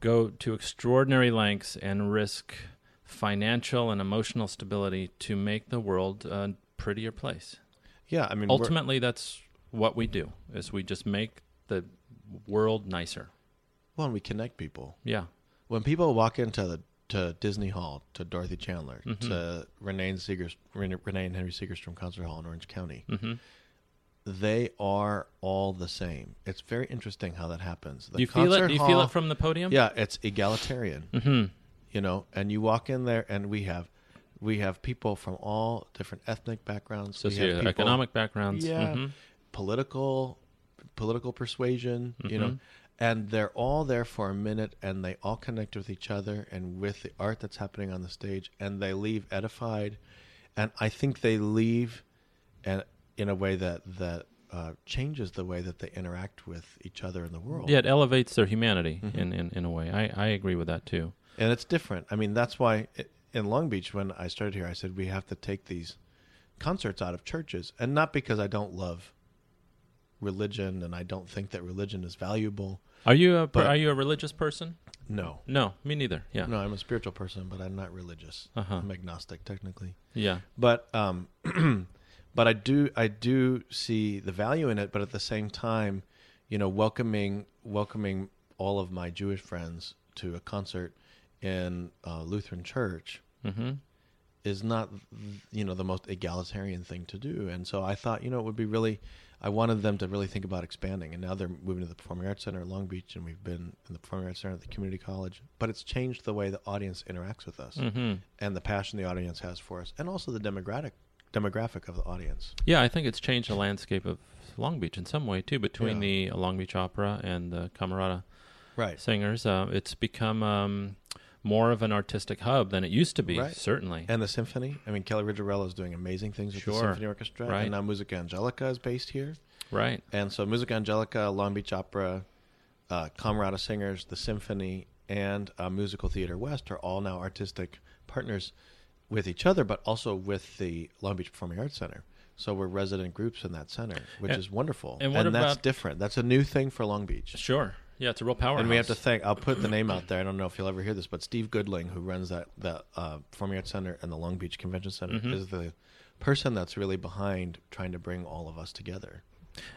[SPEAKER 1] go to extraordinary lengths and risk financial and emotional stability to make the world a prettier place
[SPEAKER 2] Yeah, I mean we're-
[SPEAKER 1] ultimately that's what we do is we just make the world nicer
[SPEAKER 2] well, and we connect people.
[SPEAKER 1] yeah
[SPEAKER 2] When people walk into the to Disney Hall, to Dorothy Chandler,
[SPEAKER 1] Mm-hmm.
[SPEAKER 2] to Renee and, Seegers, Renee Renee and Henry Segerstrom Concert Hall in Orange County.
[SPEAKER 1] Mm-hmm.
[SPEAKER 2] They are all the same. It's very interesting how that happens. The
[SPEAKER 1] Do you feel it?
[SPEAKER 2] concert
[SPEAKER 1] Do you feel
[SPEAKER 2] hall-
[SPEAKER 1] it from the podium?
[SPEAKER 2] yeah, it's egalitarian. Mm-hmm. You know, and you walk in there, and we have we have people from all different ethnic backgrounds, we have people-
[SPEAKER 1] socioeconomic backgrounds.
[SPEAKER 2] yeah,
[SPEAKER 1] Mhm.
[SPEAKER 2] political political persuasion. You know, and they're all there for a minute, and they all connect with each other and with the art that's happening on the stage, and they leave edified, and I think they leave, and in a way that that. Uh, changes the way that they interact with each other in the world.
[SPEAKER 1] Mm-hmm. Yeah, it elevates their humanity
[SPEAKER 2] Mm-hmm.
[SPEAKER 1] in, in, in a way. I, I agree with that too.
[SPEAKER 2] and it's different. I mean, that's why i- in Long Beach, when I started here, I said we have to take these concerts out of churches, and not because I don't love religion and I don't think that religion is valuable.
[SPEAKER 1] Are you a per-
[SPEAKER 2] But-
[SPEAKER 1] are you a religious person?
[SPEAKER 2] No,
[SPEAKER 1] No, me neither. Yeah,
[SPEAKER 2] no, I'm a spiritual person, but I'm not religious.
[SPEAKER 1] Uh-huh.
[SPEAKER 2] I'm agnostic technically,
[SPEAKER 1] yeah.
[SPEAKER 2] but um, *clears throat* but I do I do see the value in it, but at the same time, you know, welcoming welcoming all of my Jewish friends to a concert in a Lutheran church
[SPEAKER 1] Mm-hmm.
[SPEAKER 2] is not you know the most egalitarian thing to do and so i thought you know it would be really i wanted them to really think about expanding and now they're moving to the performing arts center at long beach and we've been in the performing arts center at the community college but it's changed the way the audience interacts with us
[SPEAKER 1] Mm-hmm.
[SPEAKER 2] and the passion the audience has for us and also the demographic demographic of the audience
[SPEAKER 1] Yeah, I think it's changed the landscape of Long Beach in some way too. Between
[SPEAKER 2] Yeah.
[SPEAKER 1] the Long Beach Opera and the Camerata
[SPEAKER 2] right
[SPEAKER 1] singers, uh, it's become um, more of an artistic hub than it used to be.
[SPEAKER 2] Right.
[SPEAKER 1] Certainly.
[SPEAKER 2] and the symphony i mean kelly Ridgerella is doing amazing things with the
[SPEAKER 1] Sure.
[SPEAKER 2] symphony orchestra
[SPEAKER 1] Right.
[SPEAKER 2] and now musica angelica is based here
[SPEAKER 1] right.
[SPEAKER 2] And so Musica Angelica, Long Beach Opera, uh, Camerata Singers, the Symphony, and uh, Musical Theater West are all now artistic partners with each other, but also with the Long Beach Performing Arts Center. So we're resident groups in that center, which
[SPEAKER 1] And-
[SPEAKER 2] is wonderful.
[SPEAKER 1] and what
[SPEAKER 2] that's
[SPEAKER 1] about-
[SPEAKER 2] different. That's a new thing for Long Beach.
[SPEAKER 1] Sure. Yeah, it's a real power.
[SPEAKER 2] And we have to thank, I'll put the name out there. I don't know if you'll ever hear this, but Steve Goodling, who runs that, that uh, Performing Arts Center and the Long Beach Convention Center,
[SPEAKER 1] Mm-hmm.
[SPEAKER 2] is the person that's really behind trying to bring all of us together.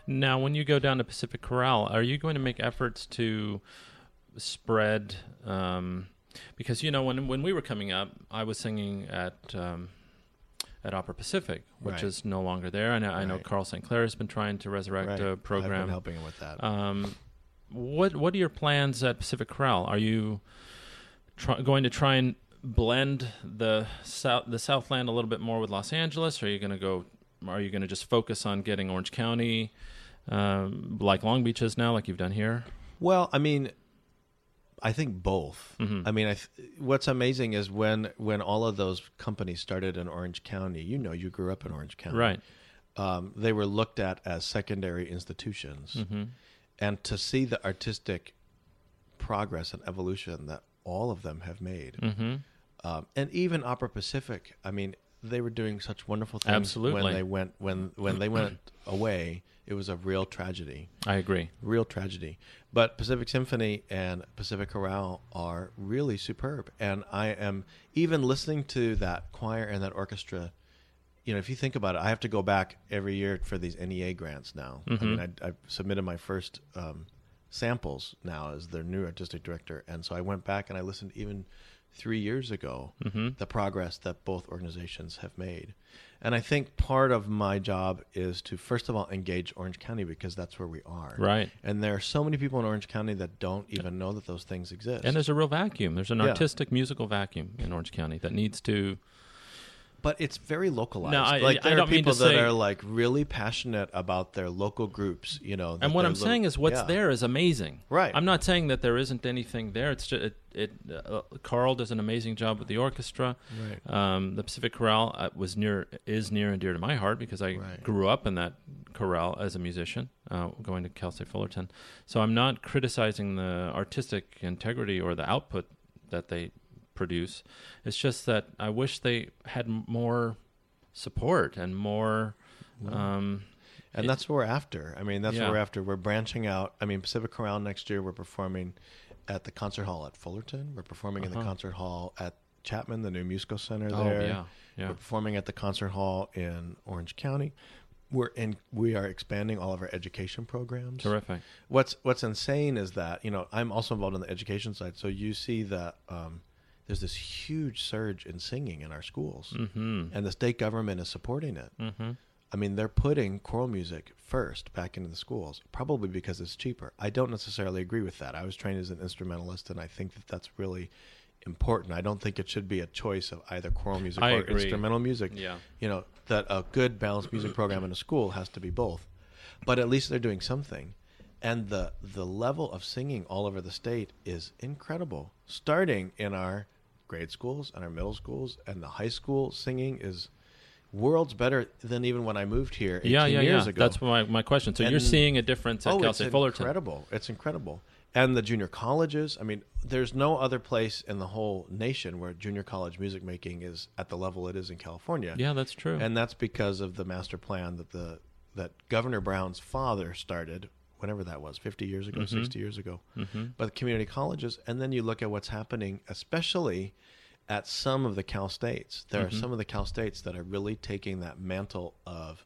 [SPEAKER 1] Now, when you go down to Pacific Corral, are you going to make efforts to spread? Um, because you know, when when we were coming up, I was singing at um, at Opera Pacific, which
[SPEAKER 2] Right.
[SPEAKER 1] is no longer there. I know, I know
[SPEAKER 2] Right.
[SPEAKER 1] Carl St. Clair has been trying to resurrect
[SPEAKER 2] Right.
[SPEAKER 1] a uh,
[SPEAKER 2] I've been
[SPEAKER 1] program.
[SPEAKER 2] helping him with that.
[SPEAKER 1] Um, what what are your plans at Pacific Corral? Are you try, going to try and blend the south the Southland a little bit more with Los Angeles? Or are you going to go? Are you going to just focus on getting Orange County, um, like Long Beach is now, like you've done here?
[SPEAKER 2] Well, I mean, I think both.
[SPEAKER 1] Mm-hmm.
[SPEAKER 2] I mean, I th- what's amazing is when when all of those companies started in Orange County. You know, you grew up in Orange County,
[SPEAKER 1] Right.
[SPEAKER 2] Um, they were looked at as secondary institutions,
[SPEAKER 1] Mm-hmm.
[SPEAKER 2] and to see the artistic progress and evolution that all of them have made,
[SPEAKER 1] Mm-hmm.
[SPEAKER 2] um, and even Opera Pacific. I mean, they were doing such wonderful things
[SPEAKER 1] Absolutely.
[SPEAKER 2] when they went when when
[SPEAKER 1] *clears throat*
[SPEAKER 2] they went away. It was a real tragedy
[SPEAKER 1] I agree.
[SPEAKER 2] real tragedy. But Pacific Symphony and Pacific Chorale are really superb, and I am even listening to that choir and that orchestra. You know, if you think about it, I have to go back every year for these NEA grants now. I mean, I, I submitted my first um, samples now as their new artistic director, and so I went back and I listened even three years ago the progress that both organizations have made. And I think part of my job is to first of all engage Orange County because that's where we are.
[SPEAKER 1] Right.
[SPEAKER 2] And there are so many people in Orange County that don't even know that those things exist.
[SPEAKER 1] And there's a real vacuum. There's an
[SPEAKER 2] Yeah.
[SPEAKER 1] artistic musical vacuum in Orange County that needs to.
[SPEAKER 2] but it's very localized.
[SPEAKER 1] No, I-
[SPEAKER 2] like
[SPEAKER 1] I
[SPEAKER 2] there are
[SPEAKER 1] don't mean
[SPEAKER 2] people
[SPEAKER 1] to
[SPEAKER 2] that
[SPEAKER 1] say-
[SPEAKER 2] are like really passionate about their local groups. You know.
[SPEAKER 1] And what I'm saying is, what's there is amazing.
[SPEAKER 2] Right.
[SPEAKER 1] I'm not saying that there isn't anything there. It's just it. it uh, Carl does an amazing job with the orchestra.
[SPEAKER 2] Right.
[SPEAKER 1] Um, the Pacific Chorale uh, was near is near and dear to my heart because I
[SPEAKER 2] Right.
[SPEAKER 1] grew up in that chorale as a musician, uh, going to Cal State Fullerton. So I'm not criticizing the artistic integrity or the output that they produce. It's just that I wish they had m- more support and more. Um,
[SPEAKER 2] And that's what we're after. I mean, that's
[SPEAKER 1] Yeah.
[SPEAKER 2] what we're after. We're branching out. I mean, Pacific Corral next year, we're performing at the concert hall at Fullerton. We're performing in the concert hall at Chapman, the new musical center
[SPEAKER 1] Uh-huh. Oh,
[SPEAKER 2] there.
[SPEAKER 1] yeah, yeah.
[SPEAKER 2] We're performing at the concert hall in Orange County. We're in, we are expanding all of our education programs.
[SPEAKER 1] terrific.
[SPEAKER 2] What's what's insane is that you know I'm also involved in the education side, so you see the um, there's this huge surge in singing in our schools, mm-hmm. and the state government is supporting it. Mm-hmm. I mean, they're putting choral music first back into the schools, probably because it's cheaper. I don't necessarily agree with that. I was trained as an instrumentalist, and I think that that's really important. I don't think it should be a choice of either choral music
[SPEAKER 1] I
[SPEAKER 2] or
[SPEAKER 1] agree.
[SPEAKER 2] instrumental music.
[SPEAKER 1] Yeah.
[SPEAKER 2] You know, that a good balanced
[SPEAKER 1] *clears throat*
[SPEAKER 2] music program in a school has to be both. But at least they're doing something. And the the level of singing all over the state is incredible. Starting in our grade schools and our middle schools and the high school singing is worlds better than even when I moved here 18
[SPEAKER 1] Yeah, yeah,
[SPEAKER 2] years
[SPEAKER 1] yeah.
[SPEAKER 2] ago.
[SPEAKER 1] That's my, my question. So you're
[SPEAKER 2] And- Oh,
[SPEAKER 1] seeing a difference at Cal
[SPEAKER 2] it's
[SPEAKER 1] State Fullerton.
[SPEAKER 2] incredible. It's incredible. And the junior colleges. I mean, there's no other place in the whole nation where junior college music making is at the level it is in California.
[SPEAKER 1] Yeah, that's true.
[SPEAKER 2] And that's because of the master plan that the that Governor Brown's father started, whenever that was, 50 years ago, 60 years ago, by the community colleges. And then you look at what's happening, especially at some of the Cal states. There are some of the Cal states that are really taking that mantle of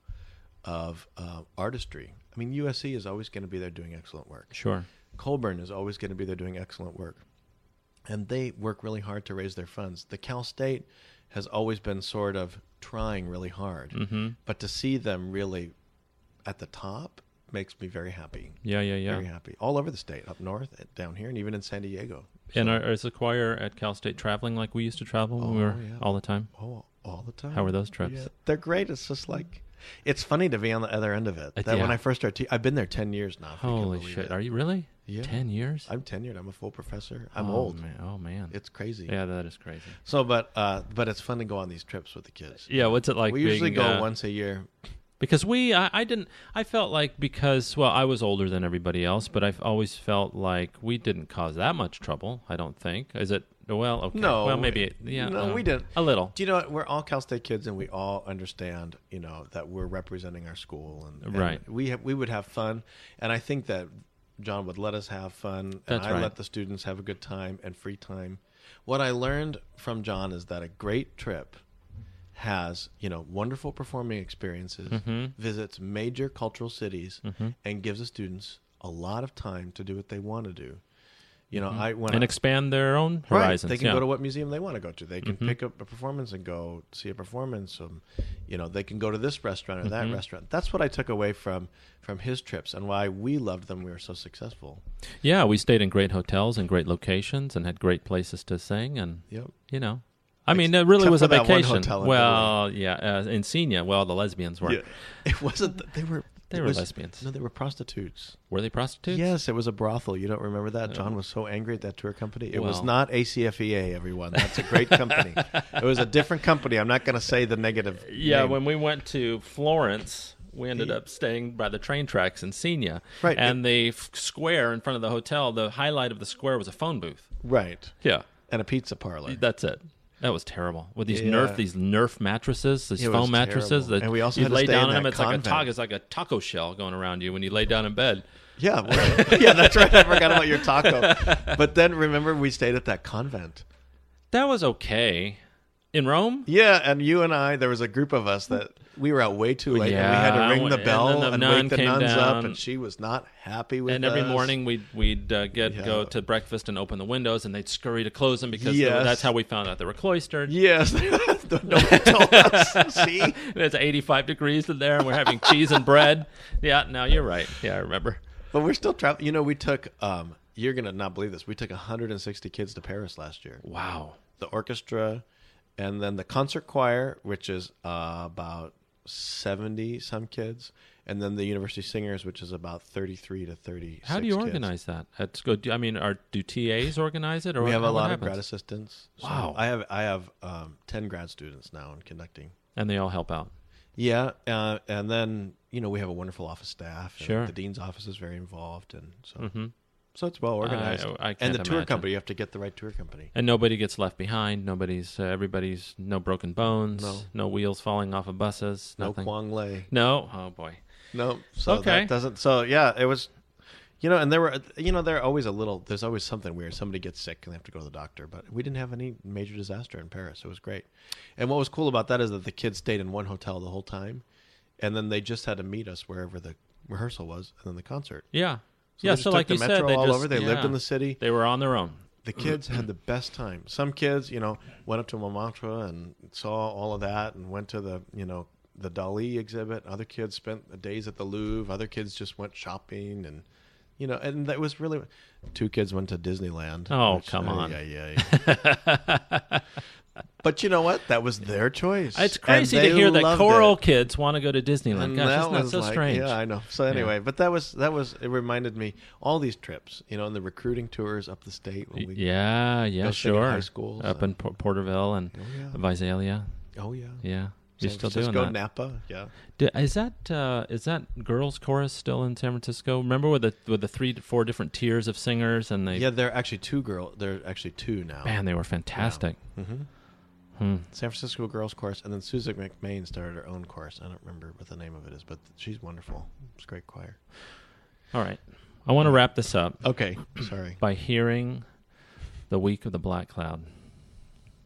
[SPEAKER 2] of uh, artistry. I mean, USC is always going to be there doing excellent work.
[SPEAKER 1] sure.
[SPEAKER 2] Colburn is always going to be there doing excellent work. And they work really hard to raise their funds. The Cal State has always been sort of trying really hard.
[SPEAKER 1] Mm-hmm.
[SPEAKER 2] But to see them really at the top makes me very happy.
[SPEAKER 1] Yeah, yeah, yeah.
[SPEAKER 2] Very happy. All over the state, up north, and down here, and even in San Diego.
[SPEAKER 1] And are, is the choir at Cal State traveling like we used to travel when we
[SPEAKER 2] Oh,
[SPEAKER 1] were
[SPEAKER 2] yeah.
[SPEAKER 1] all the time?
[SPEAKER 2] Oh, all the time.
[SPEAKER 1] How were those trips?
[SPEAKER 2] Yeah, they're great. It's just like, it's funny to be on the other end of it.
[SPEAKER 1] It-
[SPEAKER 2] That when
[SPEAKER 1] yeah.
[SPEAKER 2] I first started, te- I've been there 10 years now. if you can
[SPEAKER 1] Holy
[SPEAKER 2] believe
[SPEAKER 1] shit!
[SPEAKER 2] it.
[SPEAKER 1] Are you really?
[SPEAKER 2] Yeah.
[SPEAKER 1] Ten years?
[SPEAKER 2] I'm tenured. I'm a full professor. I'm
[SPEAKER 1] oh,
[SPEAKER 2] old.
[SPEAKER 1] Man. Oh man.
[SPEAKER 2] It's crazy.
[SPEAKER 1] yeah, that is crazy.
[SPEAKER 2] So, but uh, but it's fun to go on these trips with the kids.
[SPEAKER 1] Yeah, what's it like?
[SPEAKER 2] we usually
[SPEAKER 1] being,
[SPEAKER 2] go
[SPEAKER 1] uh,
[SPEAKER 2] once a year.
[SPEAKER 1] because we I, I didn't i felt like because well i was older than everybody else but i've always felt like we didn't cause that much trouble i don't think is it well okay
[SPEAKER 2] No,
[SPEAKER 1] well maybe
[SPEAKER 2] we-
[SPEAKER 1] it- yeah
[SPEAKER 2] no,
[SPEAKER 1] uh,
[SPEAKER 2] we didn't.
[SPEAKER 1] a little
[SPEAKER 2] Do you know what? We're all Cal State kids, and we all understand, you know, that we're representing our school, and, and
[SPEAKER 1] Right.
[SPEAKER 2] We have, we would have fun, and I think that John would let us have fun, and
[SPEAKER 1] That's
[SPEAKER 2] I
[SPEAKER 1] right.
[SPEAKER 2] let the students have a good time and free time. What I learned from John is that a great trip has you know wonderful performing experiences,
[SPEAKER 1] Mm-hmm.
[SPEAKER 2] visits major cultural cities, and gives the students a lot of time to do what they want to do. You know, I when
[SPEAKER 1] Mm-hmm. and
[SPEAKER 2] I,
[SPEAKER 1] expand their own
[SPEAKER 2] Right.
[SPEAKER 1] horizons
[SPEAKER 2] They can
[SPEAKER 1] yeah.
[SPEAKER 2] go to what museum they want to go to. They
[SPEAKER 1] Mm-hmm.
[SPEAKER 2] can pick up a performance and go see a performance. Um, you know, they can go to this restaurant or that
[SPEAKER 1] Mm-hmm.
[SPEAKER 2] restaurant. That's what I took away from from his trips and why we loved them. We were so successful.
[SPEAKER 1] yeah we stayed in great hotels and great locations and had great places to sing and
[SPEAKER 2] Yep.
[SPEAKER 1] you know I mean, it really
[SPEAKER 2] Except
[SPEAKER 1] was a
[SPEAKER 2] for that one
[SPEAKER 1] vacation.
[SPEAKER 2] hotel in
[SPEAKER 1] well, yeah, uh, in Senia, well, the lesbians were.
[SPEAKER 2] *laughs* It wasn't. That they were.
[SPEAKER 1] They
[SPEAKER 2] it
[SPEAKER 1] were
[SPEAKER 2] was-
[SPEAKER 1] lesbians.
[SPEAKER 2] No, they were prostitutes.
[SPEAKER 1] Were they prostitutes?
[SPEAKER 2] Yes, it was a brothel. You don't remember that? John was so angry at that tour company. It was
[SPEAKER 1] Well.
[SPEAKER 2] not ACFEA, everyone. That's E a
[SPEAKER 1] *laughs*
[SPEAKER 2] great company. It was a different company. I'm not going to say the negative.
[SPEAKER 1] Yeah,
[SPEAKER 2] name.
[SPEAKER 1] when we went to Florence, we ended up staying by the train tracks in Senia.
[SPEAKER 2] Right,
[SPEAKER 1] And the f- square in front of the hotel, the highlight of the square was a phone booth.
[SPEAKER 2] right.
[SPEAKER 1] Yeah.
[SPEAKER 2] And a pizza parlor.
[SPEAKER 1] That's it. That was terrible. With these
[SPEAKER 2] Yeah.
[SPEAKER 1] Nerf, these Nerf mattresses, these
[SPEAKER 2] It was
[SPEAKER 1] foam mattresses
[SPEAKER 2] terrible.
[SPEAKER 1] that
[SPEAKER 2] And we also
[SPEAKER 1] you
[SPEAKER 2] had to
[SPEAKER 1] lay
[SPEAKER 2] stay
[SPEAKER 1] down
[SPEAKER 2] in
[SPEAKER 1] on them.
[SPEAKER 2] that
[SPEAKER 1] It's like a taco.
[SPEAKER 2] convent.
[SPEAKER 1] It's like a taco shell going around you when you lay down in bed.
[SPEAKER 2] Yeah, well, *laughs* yeah, that's right. I forgot about your taco. But then remember, we stayed at that convent.
[SPEAKER 1] That was okay in Rome.
[SPEAKER 2] Yeah, and you and I, there was a group of us that we were out way too late, and we
[SPEAKER 1] Yeah,
[SPEAKER 2] had to ring the
[SPEAKER 1] and
[SPEAKER 2] bell
[SPEAKER 1] then the
[SPEAKER 2] and,
[SPEAKER 1] nun
[SPEAKER 2] wake the
[SPEAKER 1] came
[SPEAKER 2] nuns
[SPEAKER 1] down.
[SPEAKER 2] up, and she was not happy with.
[SPEAKER 1] And every
[SPEAKER 2] us.
[SPEAKER 1] morning we'd we'd uh, get go
[SPEAKER 2] Yeah.
[SPEAKER 1] to breakfast and open the windows, and they'd scurry to close them because they were-
[SPEAKER 2] Yes.
[SPEAKER 1] that's how we found out they were cloistered.
[SPEAKER 2] yes, *laughs* no one *laughs* told us. See,
[SPEAKER 1] and it's 85 degrees in there and we're having cheese and bread *laughs* yeah no you're right yeah i remember
[SPEAKER 2] but we're still traveling. You know, we took. Um, you're gonna not believe this. We took 160 kids to Paris last year.
[SPEAKER 1] wow
[SPEAKER 2] the orchestra, and then the concert choir, which is uh, about 70 some kids, and then the university singers, which is about 33 to 30.
[SPEAKER 1] how do you organize that that's good i mean are do tas organize it or
[SPEAKER 2] We have
[SPEAKER 1] how-
[SPEAKER 2] a
[SPEAKER 1] what
[SPEAKER 2] lot of
[SPEAKER 1] happens?
[SPEAKER 2] grad assistants. So
[SPEAKER 1] Wow.
[SPEAKER 2] I have I have um, 10 grad students now in conducting.
[SPEAKER 1] and they all help out
[SPEAKER 2] Yeah, uh, and then you know we have a wonderful office staff. and
[SPEAKER 1] Sure. Mm-hmm.
[SPEAKER 2] the dean's office is very involved, and so so it's well organized.
[SPEAKER 1] I
[SPEAKER 2] and
[SPEAKER 1] can't
[SPEAKER 2] the tour
[SPEAKER 1] imagine.
[SPEAKER 2] company, you have to get the right tour company.
[SPEAKER 1] and nobody gets left behind nobody's uh, everybody's no broken bones
[SPEAKER 2] No.
[SPEAKER 1] wheels falling off of buses
[SPEAKER 2] No
[SPEAKER 1] nothing
[SPEAKER 2] Kwang Lei.
[SPEAKER 1] no oh boy
[SPEAKER 2] No, so
[SPEAKER 1] Okay.
[SPEAKER 2] that doesn't. So yeah, it was. You know, and there were. You know, there are always a little. There's always something weird. Somebody gets sick and they have to go to the doctor. But we didn't have any major disaster in Paris. It was great. And what was cool about that is that the kids stayed in one hotel the whole time, and then they just had to meet us wherever the rehearsal was, and then the concert.
[SPEAKER 1] yeah
[SPEAKER 2] So
[SPEAKER 1] yeah
[SPEAKER 2] they just
[SPEAKER 1] so
[SPEAKER 2] took
[SPEAKER 1] like
[SPEAKER 2] the
[SPEAKER 1] you
[SPEAKER 2] metro
[SPEAKER 1] said they
[SPEAKER 2] all
[SPEAKER 1] just
[SPEAKER 2] over. They lived
[SPEAKER 1] yeah.
[SPEAKER 2] in the city.
[SPEAKER 1] they were on their own
[SPEAKER 2] the kids had the best time. Some kids, you know, went up to Montmartre and saw all of that, and went to the you know the Dali exhibit. Other kids spent the days at the Louvre. Other kids just went shopping and. You know, and that was really two kids went to Disneyland. uh,
[SPEAKER 1] Oh, come on.
[SPEAKER 2] Yeah, yeah.
[SPEAKER 1] *laughs*
[SPEAKER 2] but you know what? That was their choice.
[SPEAKER 1] It's
[SPEAKER 2] And
[SPEAKER 1] crazy
[SPEAKER 2] they
[SPEAKER 1] to hear that
[SPEAKER 2] loved
[SPEAKER 1] coral
[SPEAKER 2] it.
[SPEAKER 1] kids want to go to Disneyland.
[SPEAKER 2] And
[SPEAKER 1] Gosh,
[SPEAKER 2] that
[SPEAKER 1] isn't that
[SPEAKER 2] was
[SPEAKER 1] so
[SPEAKER 2] like-
[SPEAKER 1] strange?
[SPEAKER 2] Yeah, I know. So anyway, but that was that was it reminded me all these trips, you know, and the recruiting tours up the state when we
[SPEAKER 1] yeah, yeah,
[SPEAKER 2] Those thing in
[SPEAKER 1] sure.
[SPEAKER 2] high schools
[SPEAKER 1] up in
[SPEAKER 2] and-
[SPEAKER 1] Por- Porterville and
[SPEAKER 2] yeah.
[SPEAKER 1] Visalia.
[SPEAKER 2] Oh yeah.
[SPEAKER 1] Yeah, you're
[SPEAKER 2] San
[SPEAKER 1] still
[SPEAKER 2] Francisco,
[SPEAKER 1] doing that.
[SPEAKER 2] Napa, yeah.
[SPEAKER 1] D is that uh, is that girls' chorus still in San Francisco? Remember with the with the three to four different tiers of singers and they
[SPEAKER 2] Yeah, there are actually two girl there are actually two now. Mm-hmm.
[SPEAKER 1] man they were fantastic. Hmm.
[SPEAKER 2] San Francisco Girls Chorus and then Susan McMain started her own chorus. I don't remember what the name of it is, but she's wonderful. It's a great choir.
[SPEAKER 1] All right, I want to wrap this up *clears throat*
[SPEAKER 2] Okay, sorry.
[SPEAKER 1] by hearing the week of the black cloud.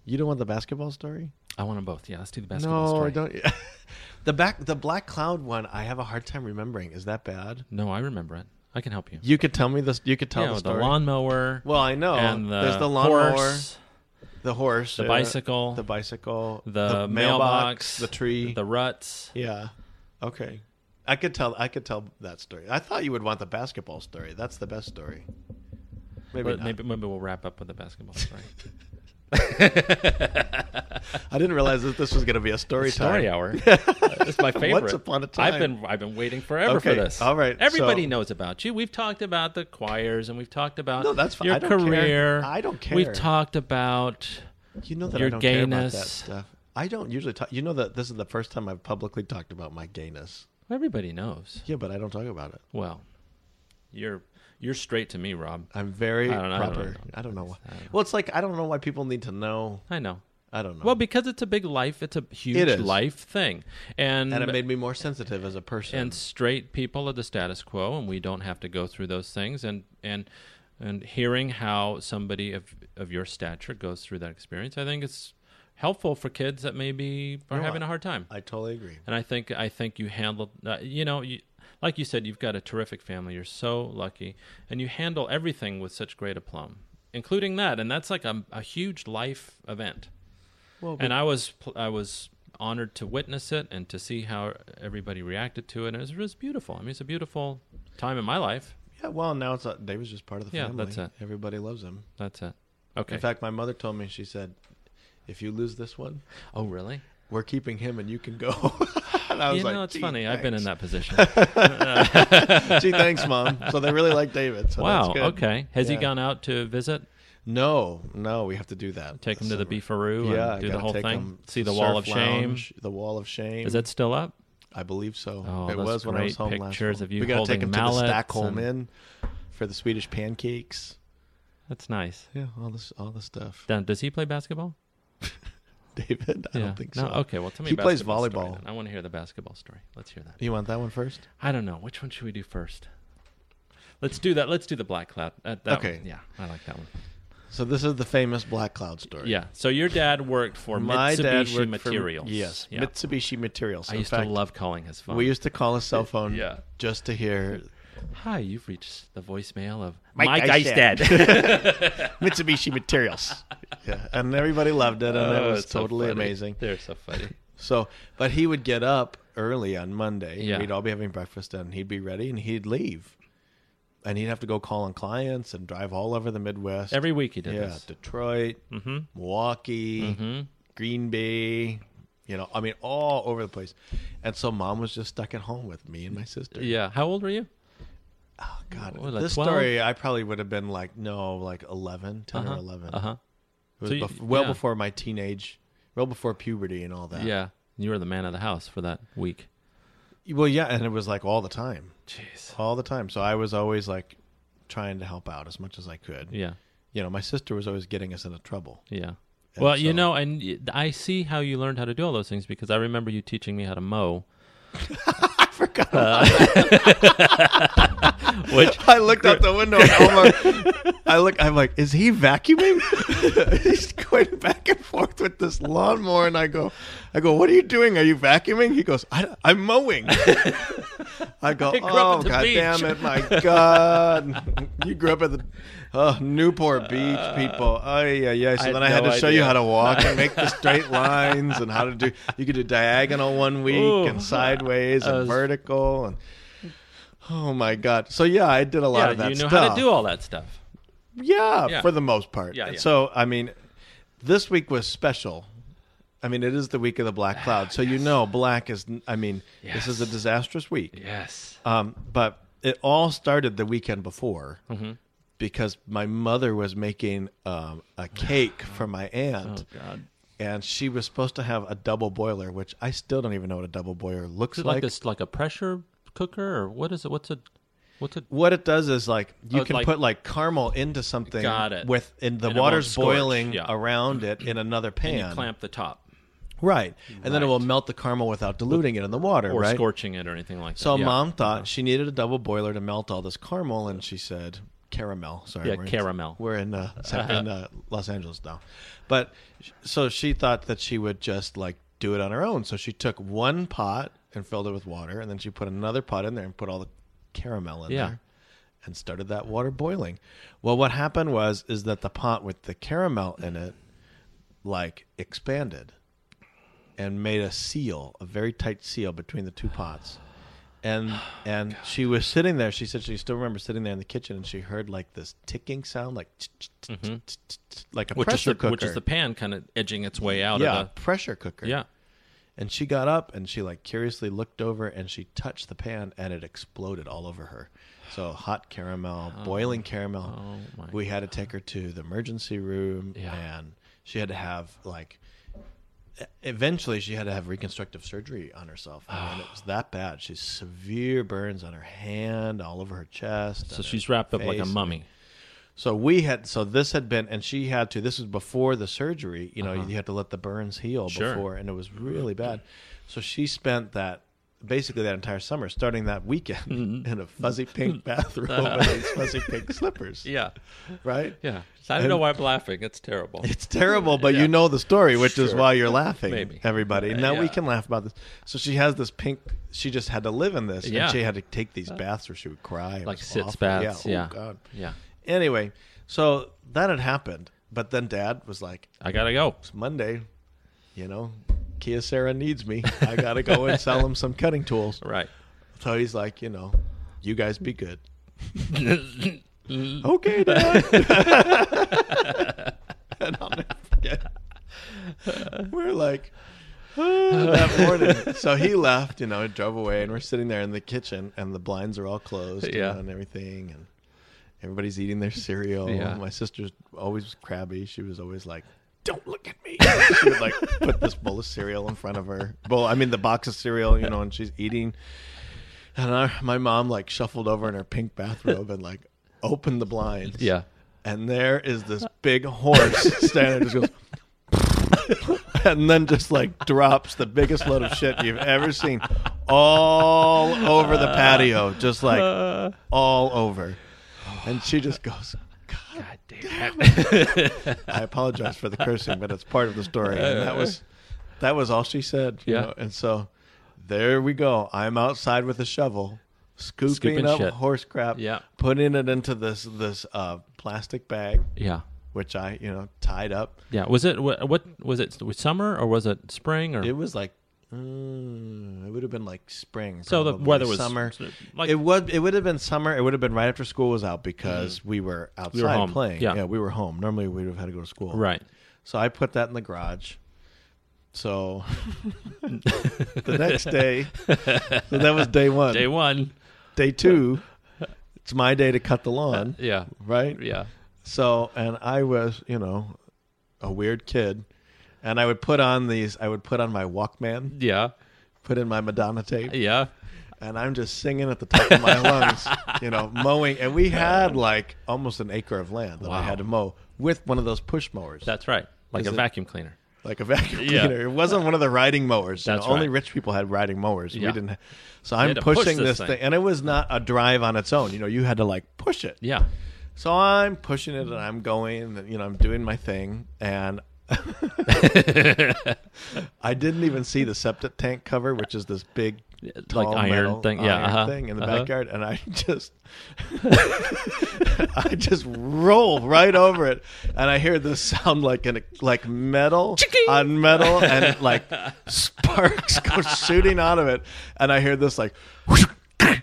[SPEAKER 2] You don't want the basketball story?
[SPEAKER 1] I want them both. Yeah, let's do the best.
[SPEAKER 2] No,
[SPEAKER 1] story.
[SPEAKER 2] I don't. *laughs* the back the black cloud one, I have a hard time remembering. Is that bad?
[SPEAKER 1] No, I remember it. I can help you.
[SPEAKER 2] You could tell me this. You could tell
[SPEAKER 1] yeah,
[SPEAKER 2] the
[SPEAKER 1] with the
[SPEAKER 2] story.
[SPEAKER 1] lawnmower.
[SPEAKER 2] well, I know.
[SPEAKER 1] and the
[SPEAKER 2] There's the lawnmower,
[SPEAKER 1] horse,
[SPEAKER 2] the horse,
[SPEAKER 1] the
[SPEAKER 2] uh,
[SPEAKER 1] bicycle,
[SPEAKER 2] the
[SPEAKER 1] the,
[SPEAKER 2] bicycle,
[SPEAKER 1] mailbox,
[SPEAKER 2] the tree.
[SPEAKER 1] the ruts.
[SPEAKER 2] yeah. Okay. I could tell. I could tell that story. I thought you would want the basketball story. That's the best story. Maybe,
[SPEAKER 1] But
[SPEAKER 2] not.
[SPEAKER 1] maybe maybe we'll wrap up with the basketball story.
[SPEAKER 2] I didn't realize that this was going to be a story,
[SPEAKER 1] story
[SPEAKER 2] time.
[SPEAKER 1] hour.
[SPEAKER 2] *laughs*
[SPEAKER 1] Uh, It's my favorite.
[SPEAKER 2] upon a
[SPEAKER 1] I've
[SPEAKER 2] time.
[SPEAKER 1] been I've been waiting forever for
[SPEAKER 2] Okay,
[SPEAKER 1] this.
[SPEAKER 2] all right,
[SPEAKER 1] Everybody
[SPEAKER 2] so-
[SPEAKER 1] knows about you. We've talked about the choirs and we've talked about
[SPEAKER 2] No, that's fine.
[SPEAKER 1] your
[SPEAKER 2] I don't care.
[SPEAKER 1] career.
[SPEAKER 2] I don't
[SPEAKER 1] We've
[SPEAKER 2] care.
[SPEAKER 1] talked about
[SPEAKER 2] You know that
[SPEAKER 1] Your
[SPEAKER 2] I don't care about that
[SPEAKER 1] gayness.
[SPEAKER 2] stuff. I don't usually talk. You know that this is the first time I've publicly talked about my gayness.
[SPEAKER 1] everybody knows.
[SPEAKER 2] Yeah, but I don't talk about it.
[SPEAKER 1] Well, you're you're straight to me, Rob.
[SPEAKER 2] I'm very
[SPEAKER 1] I don't know, I don't
[SPEAKER 2] proper. I don't,
[SPEAKER 1] know.
[SPEAKER 2] know why. Well, it's like I don't know why people need to know.
[SPEAKER 1] I know.
[SPEAKER 2] I don't know.
[SPEAKER 1] Well, because it's a big life, it's a huge
[SPEAKER 2] is.
[SPEAKER 1] life thing. And
[SPEAKER 2] and it made me more sensitive as a person.
[SPEAKER 1] and straight people are the status quo and we don't have to go through those things and and and hearing how somebody of of your stature goes through that experience i think it's helpful for kids that maybe are
[SPEAKER 2] No,
[SPEAKER 1] having
[SPEAKER 2] I-
[SPEAKER 1] a hard time
[SPEAKER 2] I totally agree.
[SPEAKER 1] and i think i think you handled uh, you know you like you said you've got a terrific family you're so lucky and you handle everything with such great aplomb including that and that's like a, a huge life event
[SPEAKER 2] Well,
[SPEAKER 1] and I was pl- I was honored to witness it and to see how everybody reacted to it. And it was, it was beautiful. I mean, it's a beautiful time in my life.
[SPEAKER 2] yeah. Well, now it's uh, David's just part of the
[SPEAKER 1] Yeah,
[SPEAKER 2] family.
[SPEAKER 1] that's it.
[SPEAKER 2] Everybody loves him.
[SPEAKER 1] That's it. Okay.
[SPEAKER 2] In fact, my mother told me she said, "If you lose this one,
[SPEAKER 1] oh, really?
[SPEAKER 2] we're keeping him, and you can go." *laughs* and I was
[SPEAKER 1] You
[SPEAKER 2] like,
[SPEAKER 1] know, it's
[SPEAKER 2] "Gee,
[SPEAKER 1] funny. I've been in that
[SPEAKER 2] *laughs*
[SPEAKER 1] position.
[SPEAKER 2] thanks." Gee, thanks, mom. So they really like David. So
[SPEAKER 1] wow.
[SPEAKER 2] that's good.
[SPEAKER 1] Okay. Has he
[SPEAKER 2] Yeah.
[SPEAKER 1] gone out to visit?
[SPEAKER 2] No, no, we have to do that.
[SPEAKER 1] Take him
[SPEAKER 2] this
[SPEAKER 1] to the
[SPEAKER 2] summer.
[SPEAKER 1] Beefaroo
[SPEAKER 2] Yeah, I
[SPEAKER 1] and do the
[SPEAKER 2] gotta
[SPEAKER 1] whole
[SPEAKER 2] take
[SPEAKER 1] thing.
[SPEAKER 2] him to
[SPEAKER 1] See the Wall of
[SPEAKER 2] Surf
[SPEAKER 1] Shame.
[SPEAKER 2] Lounge, The Wall of Shame.
[SPEAKER 1] Is that still up?
[SPEAKER 2] I believe so.
[SPEAKER 1] Oh,
[SPEAKER 2] it
[SPEAKER 1] those
[SPEAKER 2] was when I
[SPEAKER 1] great
[SPEAKER 2] was home last
[SPEAKER 1] pictures
[SPEAKER 2] fall.
[SPEAKER 1] of you
[SPEAKER 2] We gotta
[SPEAKER 1] holding
[SPEAKER 2] take him to
[SPEAKER 1] mallets
[SPEAKER 2] the Stockholm
[SPEAKER 1] and-
[SPEAKER 2] Inn for the Swedish pancakes.
[SPEAKER 1] That's nice.
[SPEAKER 2] Yeah, all this, all this stuff.
[SPEAKER 1] Now, does he play basketball?
[SPEAKER 2] *laughs* David, I
[SPEAKER 1] yeah.
[SPEAKER 2] don't think
[SPEAKER 1] no?
[SPEAKER 2] so.
[SPEAKER 1] Okay. Well, tell me.
[SPEAKER 2] He
[SPEAKER 1] a
[SPEAKER 2] plays
[SPEAKER 1] basketball story
[SPEAKER 2] volleyball.
[SPEAKER 1] then. I want to hear the basketball story. Let's hear that.
[SPEAKER 2] You want that one first?
[SPEAKER 1] I don't know. Which one should we do first? Let's do that. Let's do the black cloud. Uh, that
[SPEAKER 2] Okay.
[SPEAKER 1] one. Yeah, I like that one.
[SPEAKER 2] So this is the famous black cloud story.
[SPEAKER 1] Yeah. So your dad worked for
[SPEAKER 2] my
[SPEAKER 1] Mitsubishi
[SPEAKER 2] dad worked
[SPEAKER 1] Materials.
[SPEAKER 2] For, yes,
[SPEAKER 1] Yeah.
[SPEAKER 2] Mitsubishi Materials.
[SPEAKER 1] I
[SPEAKER 2] In
[SPEAKER 1] used
[SPEAKER 2] fact,
[SPEAKER 1] to love calling his phone.
[SPEAKER 2] We used to call his
[SPEAKER 1] *laughs*
[SPEAKER 2] cell phone.
[SPEAKER 1] Yeah.
[SPEAKER 2] just to hear
[SPEAKER 1] Hi, you've reached the voicemail of
[SPEAKER 2] Mike
[SPEAKER 1] Mike
[SPEAKER 2] *laughs*
[SPEAKER 1] *laughs*
[SPEAKER 2] Eistad.
[SPEAKER 1] Eistad.
[SPEAKER 2] *laughs* Mitsubishi Materials. Yeah, and everybody loved it, and
[SPEAKER 1] Oh,
[SPEAKER 2] it was
[SPEAKER 1] it's so
[SPEAKER 2] totally
[SPEAKER 1] funny.
[SPEAKER 2] amazing.
[SPEAKER 1] They're so
[SPEAKER 2] *laughs*
[SPEAKER 1] funny.
[SPEAKER 2] So, but he would get up early on Monday.
[SPEAKER 1] Yeah.
[SPEAKER 2] We'd all be having breakfast, and he'd be ready, and he'd leave, and he'd have to go call on clients and drive all over the Midwest.
[SPEAKER 1] Every week he did
[SPEAKER 2] yeah,
[SPEAKER 1] this.
[SPEAKER 2] Detroit,
[SPEAKER 1] Mm-hmm.
[SPEAKER 2] Milwaukee, Green Bay. You know, I mean, all over the place. And so, mom was just stuck at home with me and my sister.
[SPEAKER 1] Yeah. How old were you?
[SPEAKER 2] Oh, God,
[SPEAKER 1] What, like
[SPEAKER 2] this
[SPEAKER 1] 12?
[SPEAKER 2] story I probably would have been like no, like 11, 10 or eleven.
[SPEAKER 1] Uh huh.
[SPEAKER 2] It was
[SPEAKER 1] So you-
[SPEAKER 2] bef- well
[SPEAKER 1] yeah.
[SPEAKER 2] before my teenage, well before puberty and all that.
[SPEAKER 1] Yeah. You were the man of the house for that week.
[SPEAKER 2] Well, yeah, and it was like all the time,
[SPEAKER 1] Jeez.
[SPEAKER 2] all the time. So I was always like trying to help out as much as I could.
[SPEAKER 1] Yeah.
[SPEAKER 2] You know, my sister was always getting us into trouble. *laughs*
[SPEAKER 1] Yeah.
[SPEAKER 2] And
[SPEAKER 1] well, you
[SPEAKER 2] so-
[SPEAKER 1] know, and y- I see how you learned how to do all those things because I
[SPEAKER 2] *laughs*
[SPEAKER 1] remember you teaching me how to mow.
[SPEAKER 2] I forgot.
[SPEAKER 1] Which
[SPEAKER 2] *laughs* I looked out the window. And Omar, I look. I'm like, is he vacuuming? *laughs* He's going back and forth with this lawnmower, and I go, I go, what are you doing? Are you vacuuming? He goes, I, am mowing. I go,
[SPEAKER 1] *laughs* I grew up
[SPEAKER 2] oh
[SPEAKER 1] at the
[SPEAKER 2] god
[SPEAKER 1] beach."
[SPEAKER 2] damn it, my god! you grew up at the oh, Newport Beach, people. Oh yeah, yeah. So
[SPEAKER 1] Uh, I
[SPEAKER 2] then
[SPEAKER 1] had
[SPEAKER 2] I had
[SPEAKER 1] no
[SPEAKER 2] to show you
[SPEAKER 1] idea.
[SPEAKER 2] how to walk and
[SPEAKER 1] *laughs*
[SPEAKER 2] make the straight lines, and how to do. You could do diagonal one week
[SPEAKER 1] Ooh.
[SPEAKER 2] and sideways and
[SPEAKER 1] was-
[SPEAKER 2] vertical and. Oh my god! So yeah, I did a lot
[SPEAKER 1] yeah,
[SPEAKER 2] of that
[SPEAKER 1] you know
[SPEAKER 2] stuff.
[SPEAKER 1] how to do all that stuff.
[SPEAKER 2] Yeah,
[SPEAKER 1] Yeah.
[SPEAKER 2] for the most part.
[SPEAKER 1] Yeah,
[SPEAKER 2] And
[SPEAKER 1] yeah.
[SPEAKER 2] So I mean, this week was special. I mean, it is the week of the black cloud, so you know black is. I mean, this is a
[SPEAKER 1] Yes.
[SPEAKER 2] disastrous week.
[SPEAKER 1] Yes.
[SPEAKER 2] Um, but it all started the weekend before
[SPEAKER 1] Mm-hmm.
[SPEAKER 2] because my mother was making um,
[SPEAKER 1] *sighs*
[SPEAKER 2] a cake for my aunt,
[SPEAKER 1] Oh God.
[SPEAKER 2] and she was supposed to have a double boiler, which I still don't even know what a double boiler looks
[SPEAKER 1] Is it like, this, like a pressure cooker, or what is it? What's a, what's a?
[SPEAKER 2] what it does is like you
[SPEAKER 1] Oh,
[SPEAKER 2] can
[SPEAKER 1] like-
[SPEAKER 2] put like caramel into something
[SPEAKER 1] Got it.
[SPEAKER 2] with and the
[SPEAKER 1] And it won't
[SPEAKER 2] water's
[SPEAKER 1] scorch,
[SPEAKER 2] boiling
[SPEAKER 1] yeah.
[SPEAKER 2] around it in another pan
[SPEAKER 1] You clamp the top,
[SPEAKER 2] right and then it will melt the caramel without diluting it in the water
[SPEAKER 1] or
[SPEAKER 2] right
[SPEAKER 1] scorching it, or anything like
[SPEAKER 2] so
[SPEAKER 1] that. Yeah.
[SPEAKER 2] mom thought she needed a double boiler to melt all this caramel and she said caramel sorry
[SPEAKER 1] Yeah,
[SPEAKER 2] we're
[SPEAKER 1] caramel.
[SPEAKER 2] in, we're
[SPEAKER 1] *laughs*
[SPEAKER 2] in, uh, Sa- in uh, Los Angeles now but sh- so she thought that she would just like do it on her own so she took one pot and filled it with water and then she put another pot in there and put all the caramel in
[SPEAKER 1] Yeah.
[SPEAKER 2] there and started that water boiling. Well, what happened was is that the pot with the caramel in it like expanded and made a seal, a very tight seal between the two pots.
[SPEAKER 1] *sighs*
[SPEAKER 2] And and she was sitting there. She said she still remembers sitting there in the kitchen, and she heard like this ticking sound, like tch, tch, tch, tch, tch, tch, like a
[SPEAKER 1] Mm-hmm. which is
[SPEAKER 2] pressure
[SPEAKER 1] the
[SPEAKER 2] cooker,
[SPEAKER 1] which is the pan kind of edging its way out
[SPEAKER 2] yeah,
[SPEAKER 1] of
[SPEAKER 2] pressure cooker.
[SPEAKER 1] the yeah.
[SPEAKER 2] And she got up and she like curiously looked over and she touched the pan and it exploded all over her. So hot caramel, boiling caramel.
[SPEAKER 1] oh my
[SPEAKER 2] we had to take her to the emergency room
[SPEAKER 1] Yeah.
[SPEAKER 2] and she had to have like e- eventually she had to have reconstructive surgery on herself. I mean,
[SPEAKER 1] *sighs*
[SPEAKER 2] it was that bad. She's severe burns on her hand, all over her chest.
[SPEAKER 1] So
[SPEAKER 2] on her
[SPEAKER 1] she's wrapped up like a
[SPEAKER 2] face.
[SPEAKER 1] mummy.
[SPEAKER 2] So we had so this had been and she had to this was before the surgery, you know, you had to let the burns heal
[SPEAKER 1] Uh-huh. Sure.
[SPEAKER 2] before and it was really bad. So she spent that basically that entire summer starting that weekend
[SPEAKER 1] Mm-hmm.
[SPEAKER 2] *laughs* in a
[SPEAKER 1] *laughs*
[SPEAKER 2] fuzzy pink bathrobe and these fuzzy pink slippers,
[SPEAKER 1] Uh-huh. Yeah,
[SPEAKER 2] right?
[SPEAKER 1] yeah. I don't know why I'm laughing. It's
[SPEAKER 2] *laughs*
[SPEAKER 1] terrible.
[SPEAKER 2] It's terrible, but
[SPEAKER 1] Yeah.
[SPEAKER 2] you know the story, which is
[SPEAKER 1] Sure.
[SPEAKER 2] why you're laughing,
[SPEAKER 1] Maybe.
[SPEAKER 2] everybody.
[SPEAKER 1] Uh,
[SPEAKER 2] now
[SPEAKER 1] yeah.
[SPEAKER 2] we can laugh about this. So she has this pink. She just had to live in this,
[SPEAKER 1] Yeah. Uh,
[SPEAKER 2] and she had to take these baths, or she would cry. It
[SPEAKER 1] Like
[SPEAKER 2] was
[SPEAKER 1] sitz
[SPEAKER 2] awful.
[SPEAKER 1] baths,
[SPEAKER 2] Oh,
[SPEAKER 1] yeah.
[SPEAKER 2] God.
[SPEAKER 1] yeah,
[SPEAKER 2] Anyway, so that had happened, but then Dad was like,
[SPEAKER 1] I gotta go.
[SPEAKER 2] "It's Monday, you know, Kia Sarah needs me. I gotta go and sell him some cutting tools."
[SPEAKER 1] Right.
[SPEAKER 2] So he's like, "You know, you guys be
[SPEAKER 1] *laughs*
[SPEAKER 2] good." okay,
[SPEAKER 1] *laughs*
[SPEAKER 2] Dad. and I'll never forget. We're like. "Ah," that morning, so he left, you know, and drove away, and we're sitting there in the kitchen, and the blinds are all closed, you
[SPEAKER 1] Yeah.
[SPEAKER 2] know, and everything, and Everybody's eating their cereal.
[SPEAKER 1] Yeah.
[SPEAKER 2] My sister's always crabby. She was always like, "Don't look at me." she would like put this bowl of cereal in front of her. Bowl, I mean the box of cereal, you know, and she's eating. And I, my mom like shuffled over in her pink bathrobe and like opened the blinds.
[SPEAKER 1] Yeah.
[SPEAKER 2] And there is this big horse standing there, just goes *laughs* and then just like drops the biggest load of shit you've ever seen all over the patio, just like all over. And she just goes, God,
[SPEAKER 1] God damn it.
[SPEAKER 2] I apologize for the cursing, but it's part of the story. And that was that was all she said. you
[SPEAKER 1] Yeah.
[SPEAKER 2] know. And so there we go. I'm outside with a shovel, scooping,
[SPEAKER 1] Scooping
[SPEAKER 2] up
[SPEAKER 1] shit.
[SPEAKER 2] horse crap,
[SPEAKER 1] Yeah.
[SPEAKER 2] putting it into this this uh, plastic bag,
[SPEAKER 1] yeah.
[SPEAKER 2] which I you know tied up.
[SPEAKER 1] Yeah. Was it what, what was it was summer or was it spring or
[SPEAKER 2] It was like. mm, it would have been like spring.
[SPEAKER 1] So the
[SPEAKER 2] probably.
[SPEAKER 1] weather was-
[SPEAKER 2] summer.
[SPEAKER 1] like-
[SPEAKER 2] it would it would have been summer. It would have been right after school was out because we were outside
[SPEAKER 1] Mm. home.
[SPEAKER 2] playing.
[SPEAKER 1] Yeah.
[SPEAKER 2] we were home. Normally we would have had to go to school.
[SPEAKER 1] right?
[SPEAKER 2] So I put that in the garage.
[SPEAKER 1] *laughs*
[SPEAKER 2] So the next day, so that was day one.
[SPEAKER 1] Day
[SPEAKER 2] Day,
[SPEAKER 1] one. *laughs*
[SPEAKER 2] two, it's my day to cut the lawn,
[SPEAKER 1] Yeah.
[SPEAKER 2] right?
[SPEAKER 1] Uh, Yeah.
[SPEAKER 2] So, and I was, you know, a weird kid. And I would put on these, I would put on my Walkman,
[SPEAKER 1] Yeah.
[SPEAKER 2] put in my Madonna tape,
[SPEAKER 1] Yeah.
[SPEAKER 2] and I'm just singing at the top of my lungs, you know, mowing.
[SPEAKER 1] *laughs*
[SPEAKER 2] And we had like almost an acre of land that
[SPEAKER 1] Wow.
[SPEAKER 2] I had to mow with one of those push mowers.
[SPEAKER 1] That's right. Like
[SPEAKER 2] Is
[SPEAKER 1] a
[SPEAKER 2] it-
[SPEAKER 1] vacuum cleaner.
[SPEAKER 2] like a vacuum
[SPEAKER 1] Yeah.
[SPEAKER 2] cleaner. It wasn't one of the riding mowers. you
[SPEAKER 1] That's
[SPEAKER 2] know. Only
[SPEAKER 1] right.
[SPEAKER 2] rich people had riding mowers.
[SPEAKER 1] Yeah.
[SPEAKER 2] We didn't. So
[SPEAKER 1] had
[SPEAKER 2] I'm
[SPEAKER 1] to push
[SPEAKER 2] pushing
[SPEAKER 1] this
[SPEAKER 2] this,
[SPEAKER 1] thing.
[SPEAKER 2] thing. and it was not a drive on its own. You know, you had to like push it. *laughs*
[SPEAKER 1] Yeah. *laughs*
[SPEAKER 2] So I'm pushing it, and I'm going, and you know, I'm doing my thing, and. I didn't even see the septic tank cover, which is this big,
[SPEAKER 1] like
[SPEAKER 2] tall
[SPEAKER 1] iron
[SPEAKER 2] metal
[SPEAKER 1] thing. Yeah,
[SPEAKER 2] iron
[SPEAKER 1] uh-huh,
[SPEAKER 2] thing in the
[SPEAKER 1] uh-huh.
[SPEAKER 2] backyard, and I *laughs* just, I just roll right over it, and I hear this sound like an like metal on metal, and like sparks go shooting out of it, and I hear this like. *laughs*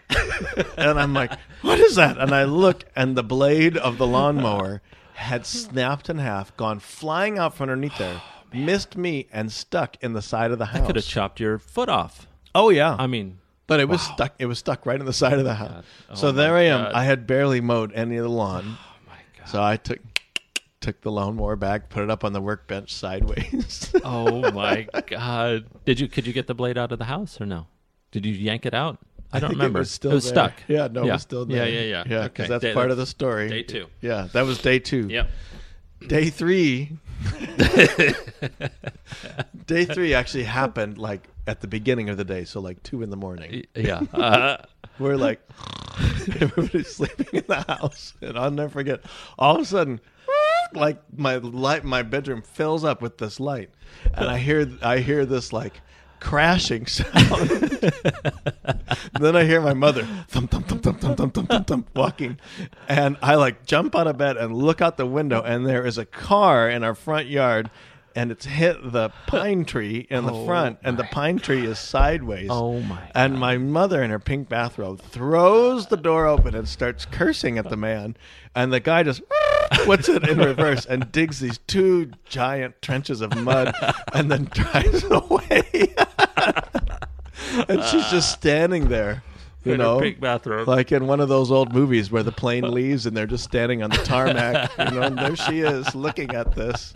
[SPEAKER 2] and I'm like, what is that? And I look, and the blade of the lawnmower had snapped in half, gone flying out from underneath there,
[SPEAKER 1] Oh,
[SPEAKER 2] missed me, and stuck in the side of the house.
[SPEAKER 1] Could have chopped your foot off.
[SPEAKER 2] oh yeah,
[SPEAKER 1] I mean,
[SPEAKER 2] but it was stuck. It was stuck right in the side of the house.
[SPEAKER 1] Oh,
[SPEAKER 2] so there I am. I had barely mowed any of the lawn.
[SPEAKER 1] my God.
[SPEAKER 2] So I took took the lawnmower back, put it up on the workbench sideways.
[SPEAKER 1] Oh my God. *laughs* Did you? Could you get the blade out of the house or no? Did you yank it out? *laughs* I don't
[SPEAKER 2] think
[SPEAKER 1] remember.
[SPEAKER 2] It was still
[SPEAKER 1] was
[SPEAKER 2] there.
[SPEAKER 1] stuck.
[SPEAKER 2] Yeah, no,
[SPEAKER 1] yeah.
[SPEAKER 2] it was still there.
[SPEAKER 1] Yeah, yeah, yeah.
[SPEAKER 2] Yeah,
[SPEAKER 1] Okay.
[SPEAKER 2] because that's
[SPEAKER 1] Day-
[SPEAKER 2] part of the story.
[SPEAKER 1] day two.
[SPEAKER 2] Yeah, that was day two. *laughs*
[SPEAKER 1] Yep.
[SPEAKER 2] Day
[SPEAKER 1] *laughs*
[SPEAKER 2] three. *laughs* day three actually happened like at the beginning of the day, so like two in the morning.
[SPEAKER 1] Yeah. Uh,
[SPEAKER 2] We're like *laughs* everybody's sleeping in the house, and I'll never forget. All of a sudden, like my light, my bedroom fills up with this light, and I hear I hear this like crashing *laughs* sound. then I hear my mother *laughs* thump thump thump thump thump thump thump thump, thump walking, and I like jump out of bed and look out the window, and there is a car in our front yard. And it's hit the pine tree in the front, and the pine tree is sideways.
[SPEAKER 1] Oh, my
[SPEAKER 2] And my mother, in her pink bathrobe, throws the door open and starts cursing at the man. And the guy just *laughs* puts it in reverse and digs these two giant trenches of mud and then drives *laughs* away. and she's just standing there, you
[SPEAKER 1] in her
[SPEAKER 2] know,
[SPEAKER 1] pink bathrobe.
[SPEAKER 2] like in one of those old movies where the plane leaves and they're just standing on the tarmac. You know, and there she is looking at this,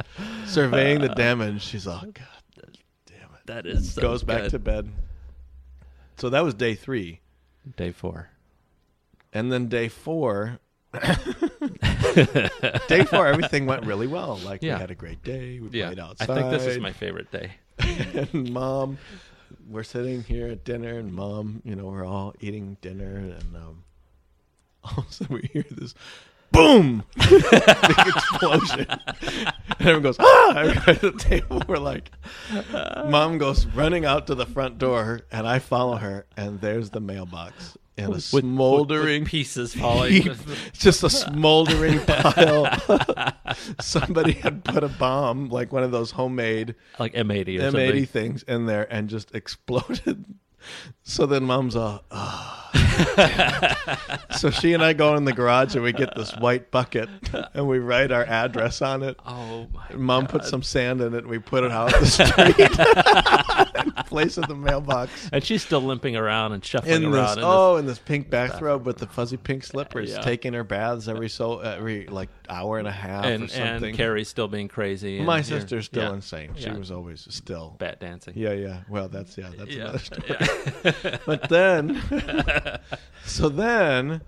[SPEAKER 2] surveying the damage. She's like, "Oh, God
[SPEAKER 1] that is so
[SPEAKER 2] goes back
[SPEAKER 1] good.
[SPEAKER 2] to bed. So that was day three,
[SPEAKER 1] day four.
[SPEAKER 2] and then
[SPEAKER 1] *laughs*
[SPEAKER 2] day four. day four, everything went really well. Like
[SPEAKER 1] Yeah.
[SPEAKER 2] we had a great day. We
[SPEAKER 1] Yeah.
[SPEAKER 2] played
[SPEAKER 1] I
[SPEAKER 2] outside.
[SPEAKER 1] think this is my favorite day.
[SPEAKER 2] and mom. We're sitting here at dinner, and mom, you know, we're all eating dinner, and um, *laughs* all of a sudden we hear this boom, *laughs* big explosion, and everyone goes ah! Everyone at the table, we're like, mom goes running out to the front door, and I follow her, and there's the mailbox and a smoldering *laughs*
[SPEAKER 1] pieces falling.
[SPEAKER 2] heap, just a smoldering pile. *laughs* Somebody had put a bomb, like one of those homemade
[SPEAKER 1] like M80 or
[SPEAKER 2] M
[SPEAKER 1] something.
[SPEAKER 2] eighty things in there and just *laughs* exploded. So then mom's all, oh. so she and I go in the garage and we get this white bucket and we write our address on it.
[SPEAKER 1] Oh my
[SPEAKER 2] Mom puts some sand in it and we put it out the street *laughs* in place of the mailbox.
[SPEAKER 1] And she's still limping around and shuffling
[SPEAKER 2] In
[SPEAKER 1] around.
[SPEAKER 2] this,
[SPEAKER 1] in
[SPEAKER 2] oh, in this pink bathrobe with the fuzzy pink slippers,
[SPEAKER 1] Yeah.
[SPEAKER 2] taking her baths every so every like hour and a half or
[SPEAKER 1] and,
[SPEAKER 2] something.
[SPEAKER 1] and Carrie's still being crazy. and
[SPEAKER 2] My
[SPEAKER 1] you're-
[SPEAKER 2] sister's still
[SPEAKER 1] yeah,
[SPEAKER 2] insane. She
[SPEAKER 1] Yeah.
[SPEAKER 2] was always still
[SPEAKER 1] bat dancing.
[SPEAKER 2] Yeah, yeah. Well, that's yeah,
[SPEAKER 1] *laughs*
[SPEAKER 2] that's
[SPEAKER 1] Yeah.
[SPEAKER 2] another story. *laughs*
[SPEAKER 1] *laughs*
[SPEAKER 2] But then, so then,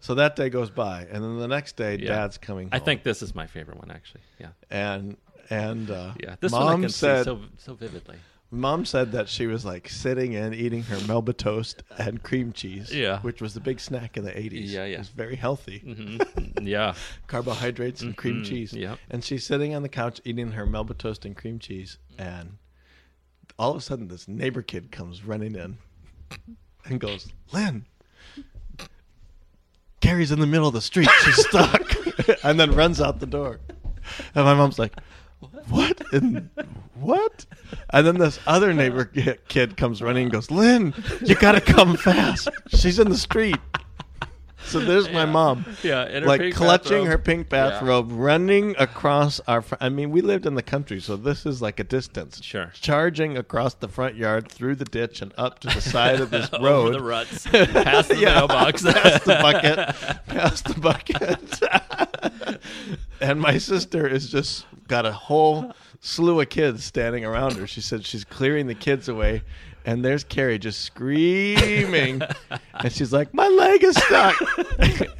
[SPEAKER 2] so that day goes by, and then the next day,
[SPEAKER 1] Yeah.
[SPEAKER 2] Dad's coming.
[SPEAKER 1] I
[SPEAKER 2] home.
[SPEAKER 1] think this is my favorite one actually. Yeah.
[SPEAKER 2] and and uh,
[SPEAKER 1] Yeah. This one I
[SPEAKER 2] mom
[SPEAKER 1] can see
[SPEAKER 2] said
[SPEAKER 1] so so vividly.
[SPEAKER 2] mom said that she was like sitting and eating her Melba toast and cream cheese,
[SPEAKER 1] Yeah.
[SPEAKER 2] which was the big snack in the eighties.
[SPEAKER 1] Yeah, Mm-hmm. yeah.
[SPEAKER 2] it was very healthy, *laughs*
[SPEAKER 1] Yeah.
[SPEAKER 2] carbohydrates and cream cheese.
[SPEAKER 1] Yep.
[SPEAKER 2] and she's sitting on the couch eating her Melba toast and cream cheese, and all of a sudden, this neighbor kid comes running in and goes, Lynn, Carrie's in the middle of the street. She's stuck. and then runs out the door. And my mom's like, what? In, what? And then this other neighbor ki- kid comes running and goes, Lynn, you got to come fast. She's in the street. So there's my mom.
[SPEAKER 1] Yeah, in her
[SPEAKER 2] like
[SPEAKER 1] pink
[SPEAKER 2] clutching
[SPEAKER 1] bathrobe.
[SPEAKER 2] her pink bathrobe, running across our. Fr- I mean, we lived in the country, so this is like a distance
[SPEAKER 1] Sure.
[SPEAKER 2] charging across the front yard, through the ditch, and up to the side of
[SPEAKER 1] *laughs*
[SPEAKER 2] this
[SPEAKER 1] Over
[SPEAKER 2] road.
[SPEAKER 1] the ruts, past the
[SPEAKER 2] *laughs* Yeah.
[SPEAKER 1] mailbox.
[SPEAKER 2] past the
[SPEAKER 1] *laughs*
[SPEAKER 2] bucket, past the bucket. *laughs* and my sister is just got a whole slew of kids standing around her. She said she's clearing the kids away. And
[SPEAKER 1] *laughs*
[SPEAKER 2] there's Carrie just screaming. and she's like, My leg is stuck.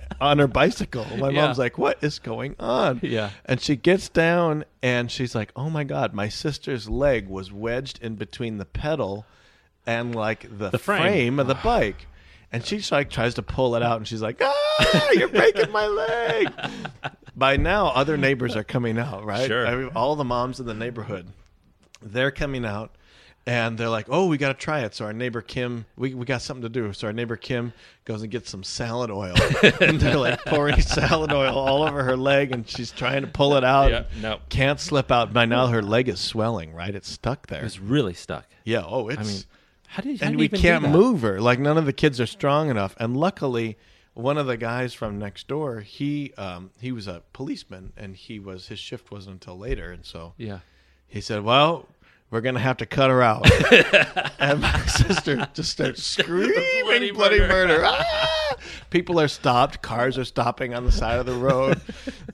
[SPEAKER 2] *laughs* on her bicycle. My
[SPEAKER 1] Yeah.
[SPEAKER 2] mom's like, "What is going on?"
[SPEAKER 1] Yeah.
[SPEAKER 2] And she gets down and she's like, "Oh my god, my sister's leg was wedged in between the pedal and like the,
[SPEAKER 1] frame.
[SPEAKER 2] frame. of the bike." And she like tries to pull it out and she's like, "Ah, you're breaking
[SPEAKER 1] *laughs*
[SPEAKER 2] my leg." By now other neighbors are coming out, right?
[SPEAKER 1] Sure.
[SPEAKER 2] I mean, all the moms in the neighborhood they're coming out and they're like, oh, we got to try it. So our neighbor Kim, we, we got something to do. So our neighbor Kim goes and gets some
[SPEAKER 1] *laughs*
[SPEAKER 2] salad oil. and they're like pouring salad oil all over her leg and she's trying to pull it out.
[SPEAKER 1] Yeah, no.
[SPEAKER 2] Can't slip out. By now her leg is swelling, right? It's stuck there.
[SPEAKER 1] It's really stuck.
[SPEAKER 2] yeah, oh, it's.
[SPEAKER 1] I mean, how did how do
[SPEAKER 2] and
[SPEAKER 1] you
[SPEAKER 2] we
[SPEAKER 1] even do
[SPEAKER 2] can't
[SPEAKER 1] that?
[SPEAKER 2] move her. Like none of the kids are strong enough. And luckily, one of the guys from next door, he um, he was a policeman, and he was his shift wasn't until later, and so
[SPEAKER 1] Yeah.
[SPEAKER 2] he said, "Well, we're gonna have to cut
[SPEAKER 1] *laughs*
[SPEAKER 2] her out." and my sister just starts screaming
[SPEAKER 1] Bloody
[SPEAKER 2] bloody,
[SPEAKER 1] murder.
[SPEAKER 2] murder. Ah! People are stopped. Cars are stopping on the side of
[SPEAKER 1] *laughs*
[SPEAKER 2] the road.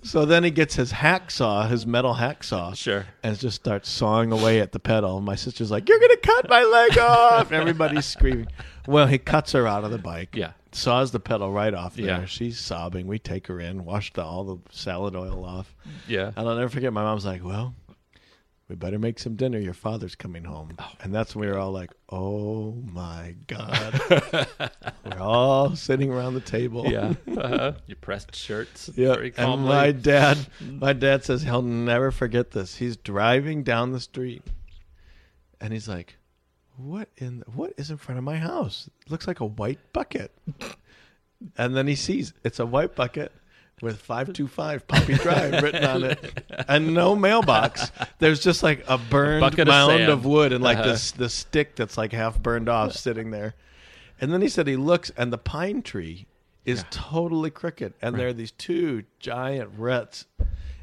[SPEAKER 2] so then he gets his hacksaw, his metal hacksaw,
[SPEAKER 1] Sure.
[SPEAKER 2] and just starts sawing away at the pedal. My sister's like, "You're gonna cut my leg off!" Everybody's screaming. Well, he cuts her out of the bike.
[SPEAKER 1] Yeah.
[SPEAKER 2] Saws the pedal right off there.
[SPEAKER 1] Yeah.
[SPEAKER 2] She's sobbing. We take her in, wash the, all the salad oil off.
[SPEAKER 1] Yeah.
[SPEAKER 2] And I'll never forget. My mom's like, "Well, we better make some dinner. Your father's coming home."
[SPEAKER 1] Oh.
[SPEAKER 2] And that's when we were all like, "Oh my
[SPEAKER 1] *laughs*
[SPEAKER 2] god!" we're all sitting around the table.
[SPEAKER 1] Yeah. Uh-huh. *laughs* You pressed shirts.
[SPEAKER 2] Yeah,
[SPEAKER 1] Very
[SPEAKER 2] and
[SPEAKER 1] calmly.
[SPEAKER 2] my dad, my dad says he'll never forget this. He's driving down the street, and he's like, "What in what is in front of my house? It looks like a white bucket." *laughs* And then he sees it's a white bucket with five two five Poppy Drive written on
[SPEAKER 1] *laughs*
[SPEAKER 2] it, and no mailbox. There's just like a burned
[SPEAKER 1] bucket of
[SPEAKER 2] mound
[SPEAKER 1] sand.
[SPEAKER 2] of, wood and like
[SPEAKER 1] Uh-huh.
[SPEAKER 2] this the stick that's like half
[SPEAKER 1] *laughs*
[SPEAKER 2] burned off sitting there. And then he said he looks, and the pine tree is totally crooked, and there are these two giant rats.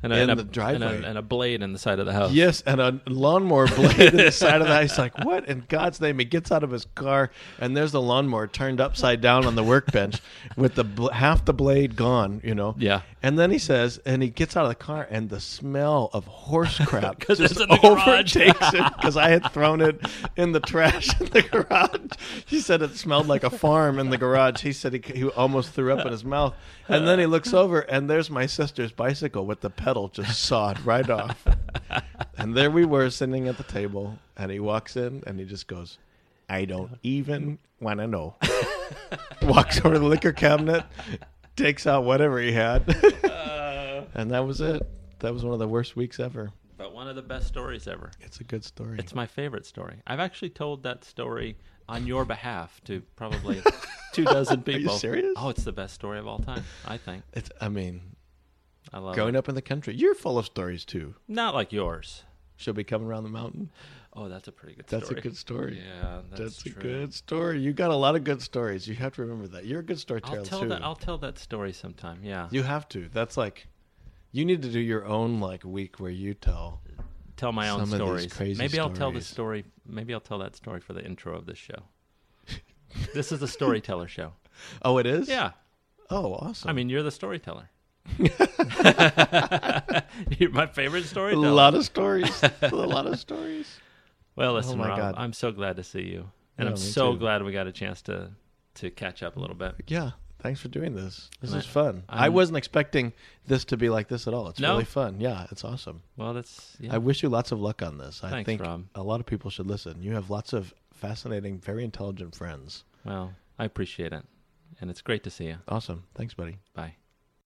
[SPEAKER 1] and
[SPEAKER 2] in
[SPEAKER 1] and
[SPEAKER 2] the driveway.
[SPEAKER 1] And a, and a blade in the side of the house.
[SPEAKER 2] Yes, and a lawnmower blade in the side of the house. He's like, what in God's name? He gets out of his car, and there's the lawnmower turned upside down on the workbench with the bl- half the blade gone, you know?
[SPEAKER 1] Yeah.
[SPEAKER 2] And then he says, and he gets out of the car, and the smell of horse crap just
[SPEAKER 1] it's in the garage.
[SPEAKER 2] overtakes him because I had thrown it in the trash in the garage. He said it smelled like a farm in the garage. He said he, he almost threw up in his mouth. And then he looks over, and there's my sister's bicycle with the pedal just sawed right off. And there we were sitting at the table, and he walks in and he just goes, I don't even want to know. walks over to the liquor cabinet, takes out whatever he had, and that was it. That was one of the worst weeks ever.
[SPEAKER 1] But one of the best stories ever.
[SPEAKER 2] It's a good story.
[SPEAKER 1] It's my favorite story. I've actually told that story on your behalf to
[SPEAKER 2] *laughs*
[SPEAKER 1] probably two dozen people.
[SPEAKER 2] serious?
[SPEAKER 1] Oh, it's the best story of all time. I think.
[SPEAKER 2] It's, I mean,
[SPEAKER 1] I love
[SPEAKER 2] growing
[SPEAKER 1] it.
[SPEAKER 2] up in the country, you're full of stories too.
[SPEAKER 1] Not like yours.
[SPEAKER 2] She'll be coming around the mountain.
[SPEAKER 1] Oh, that's a pretty good
[SPEAKER 2] That's
[SPEAKER 1] story.
[SPEAKER 2] a good story.
[SPEAKER 1] Yeah, that's,
[SPEAKER 2] That's, a
[SPEAKER 1] true.
[SPEAKER 2] good story. You got a lot of good stories. You have to remember that. You're a good storyteller
[SPEAKER 1] I'll tell
[SPEAKER 2] too.
[SPEAKER 1] that. I'll tell that story sometime. Yeah.
[SPEAKER 2] you have to. That's like, you need to do your own like week where you tell.
[SPEAKER 1] tell my own
[SPEAKER 2] Some of these
[SPEAKER 1] stories.
[SPEAKER 2] crazy
[SPEAKER 1] maybe I'll tell the
[SPEAKER 2] stories.
[SPEAKER 1] story. Maybe I'll tell that story for the intro of this show. *laughs* this is a storyteller show.
[SPEAKER 2] Oh, it is.
[SPEAKER 1] Yeah.
[SPEAKER 2] Oh, awesome.
[SPEAKER 1] I mean, you're the
[SPEAKER 2] *laughs*
[SPEAKER 1] storyteller. *laughs* you're my favorite
[SPEAKER 2] a
[SPEAKER 1] storyteller.
[SPEAKER 2] lot of
[SPEAKER 1] *laughs*
[SPEAKER 2] stories. a lot of stories.
[SPEAKER 1] Well, listen,
[SPEAKER 2] my
[SPEAKER 1] Rob,
[SPEAKER 2] God.
[SPEAKER 1] I'm so glad to see you, and
[SPEAKER 2] Yeah,
[SPEAKER 1] I'm
[SPEAKER 2] me
[SPEAKER 1] so
[SPEAKER 2] too.
[SPEAKER 1] glad we got a chance to to catch up a little bit.
[SPEAKER 2] Yeah. Thanks for doing this. This
[SPEAKER 1] And
[SPEAKER 2] is
[SPEAKER 1] I-
[SPEAKER 2] fun. I'm, I
[SPEAKER 1] I'm-
[SPEAKER 2] was not expecting this to be like this at all. It's
[SPEAKER 1] No?
[SPEAKER 2] really fun. Yeah, it's awesome.
[SPEAKER 1] Well, that's yeah.
[SPEAKER 2] I wish you lots of luck on this. I
[SPEAKER 1] Thanks,
[SPEAKER 2] think
[SPEAKER 1] Rob.
[SPEAKER 2] a lot of people should listen. You have lots of fascinating, very intelligent friends.
[SPEAKER 1] well, I appreciate it, and it's great to see you.
[SPEAKER 2] Awesome. Thanks, buddy.
[SPEAKER 1] Bye.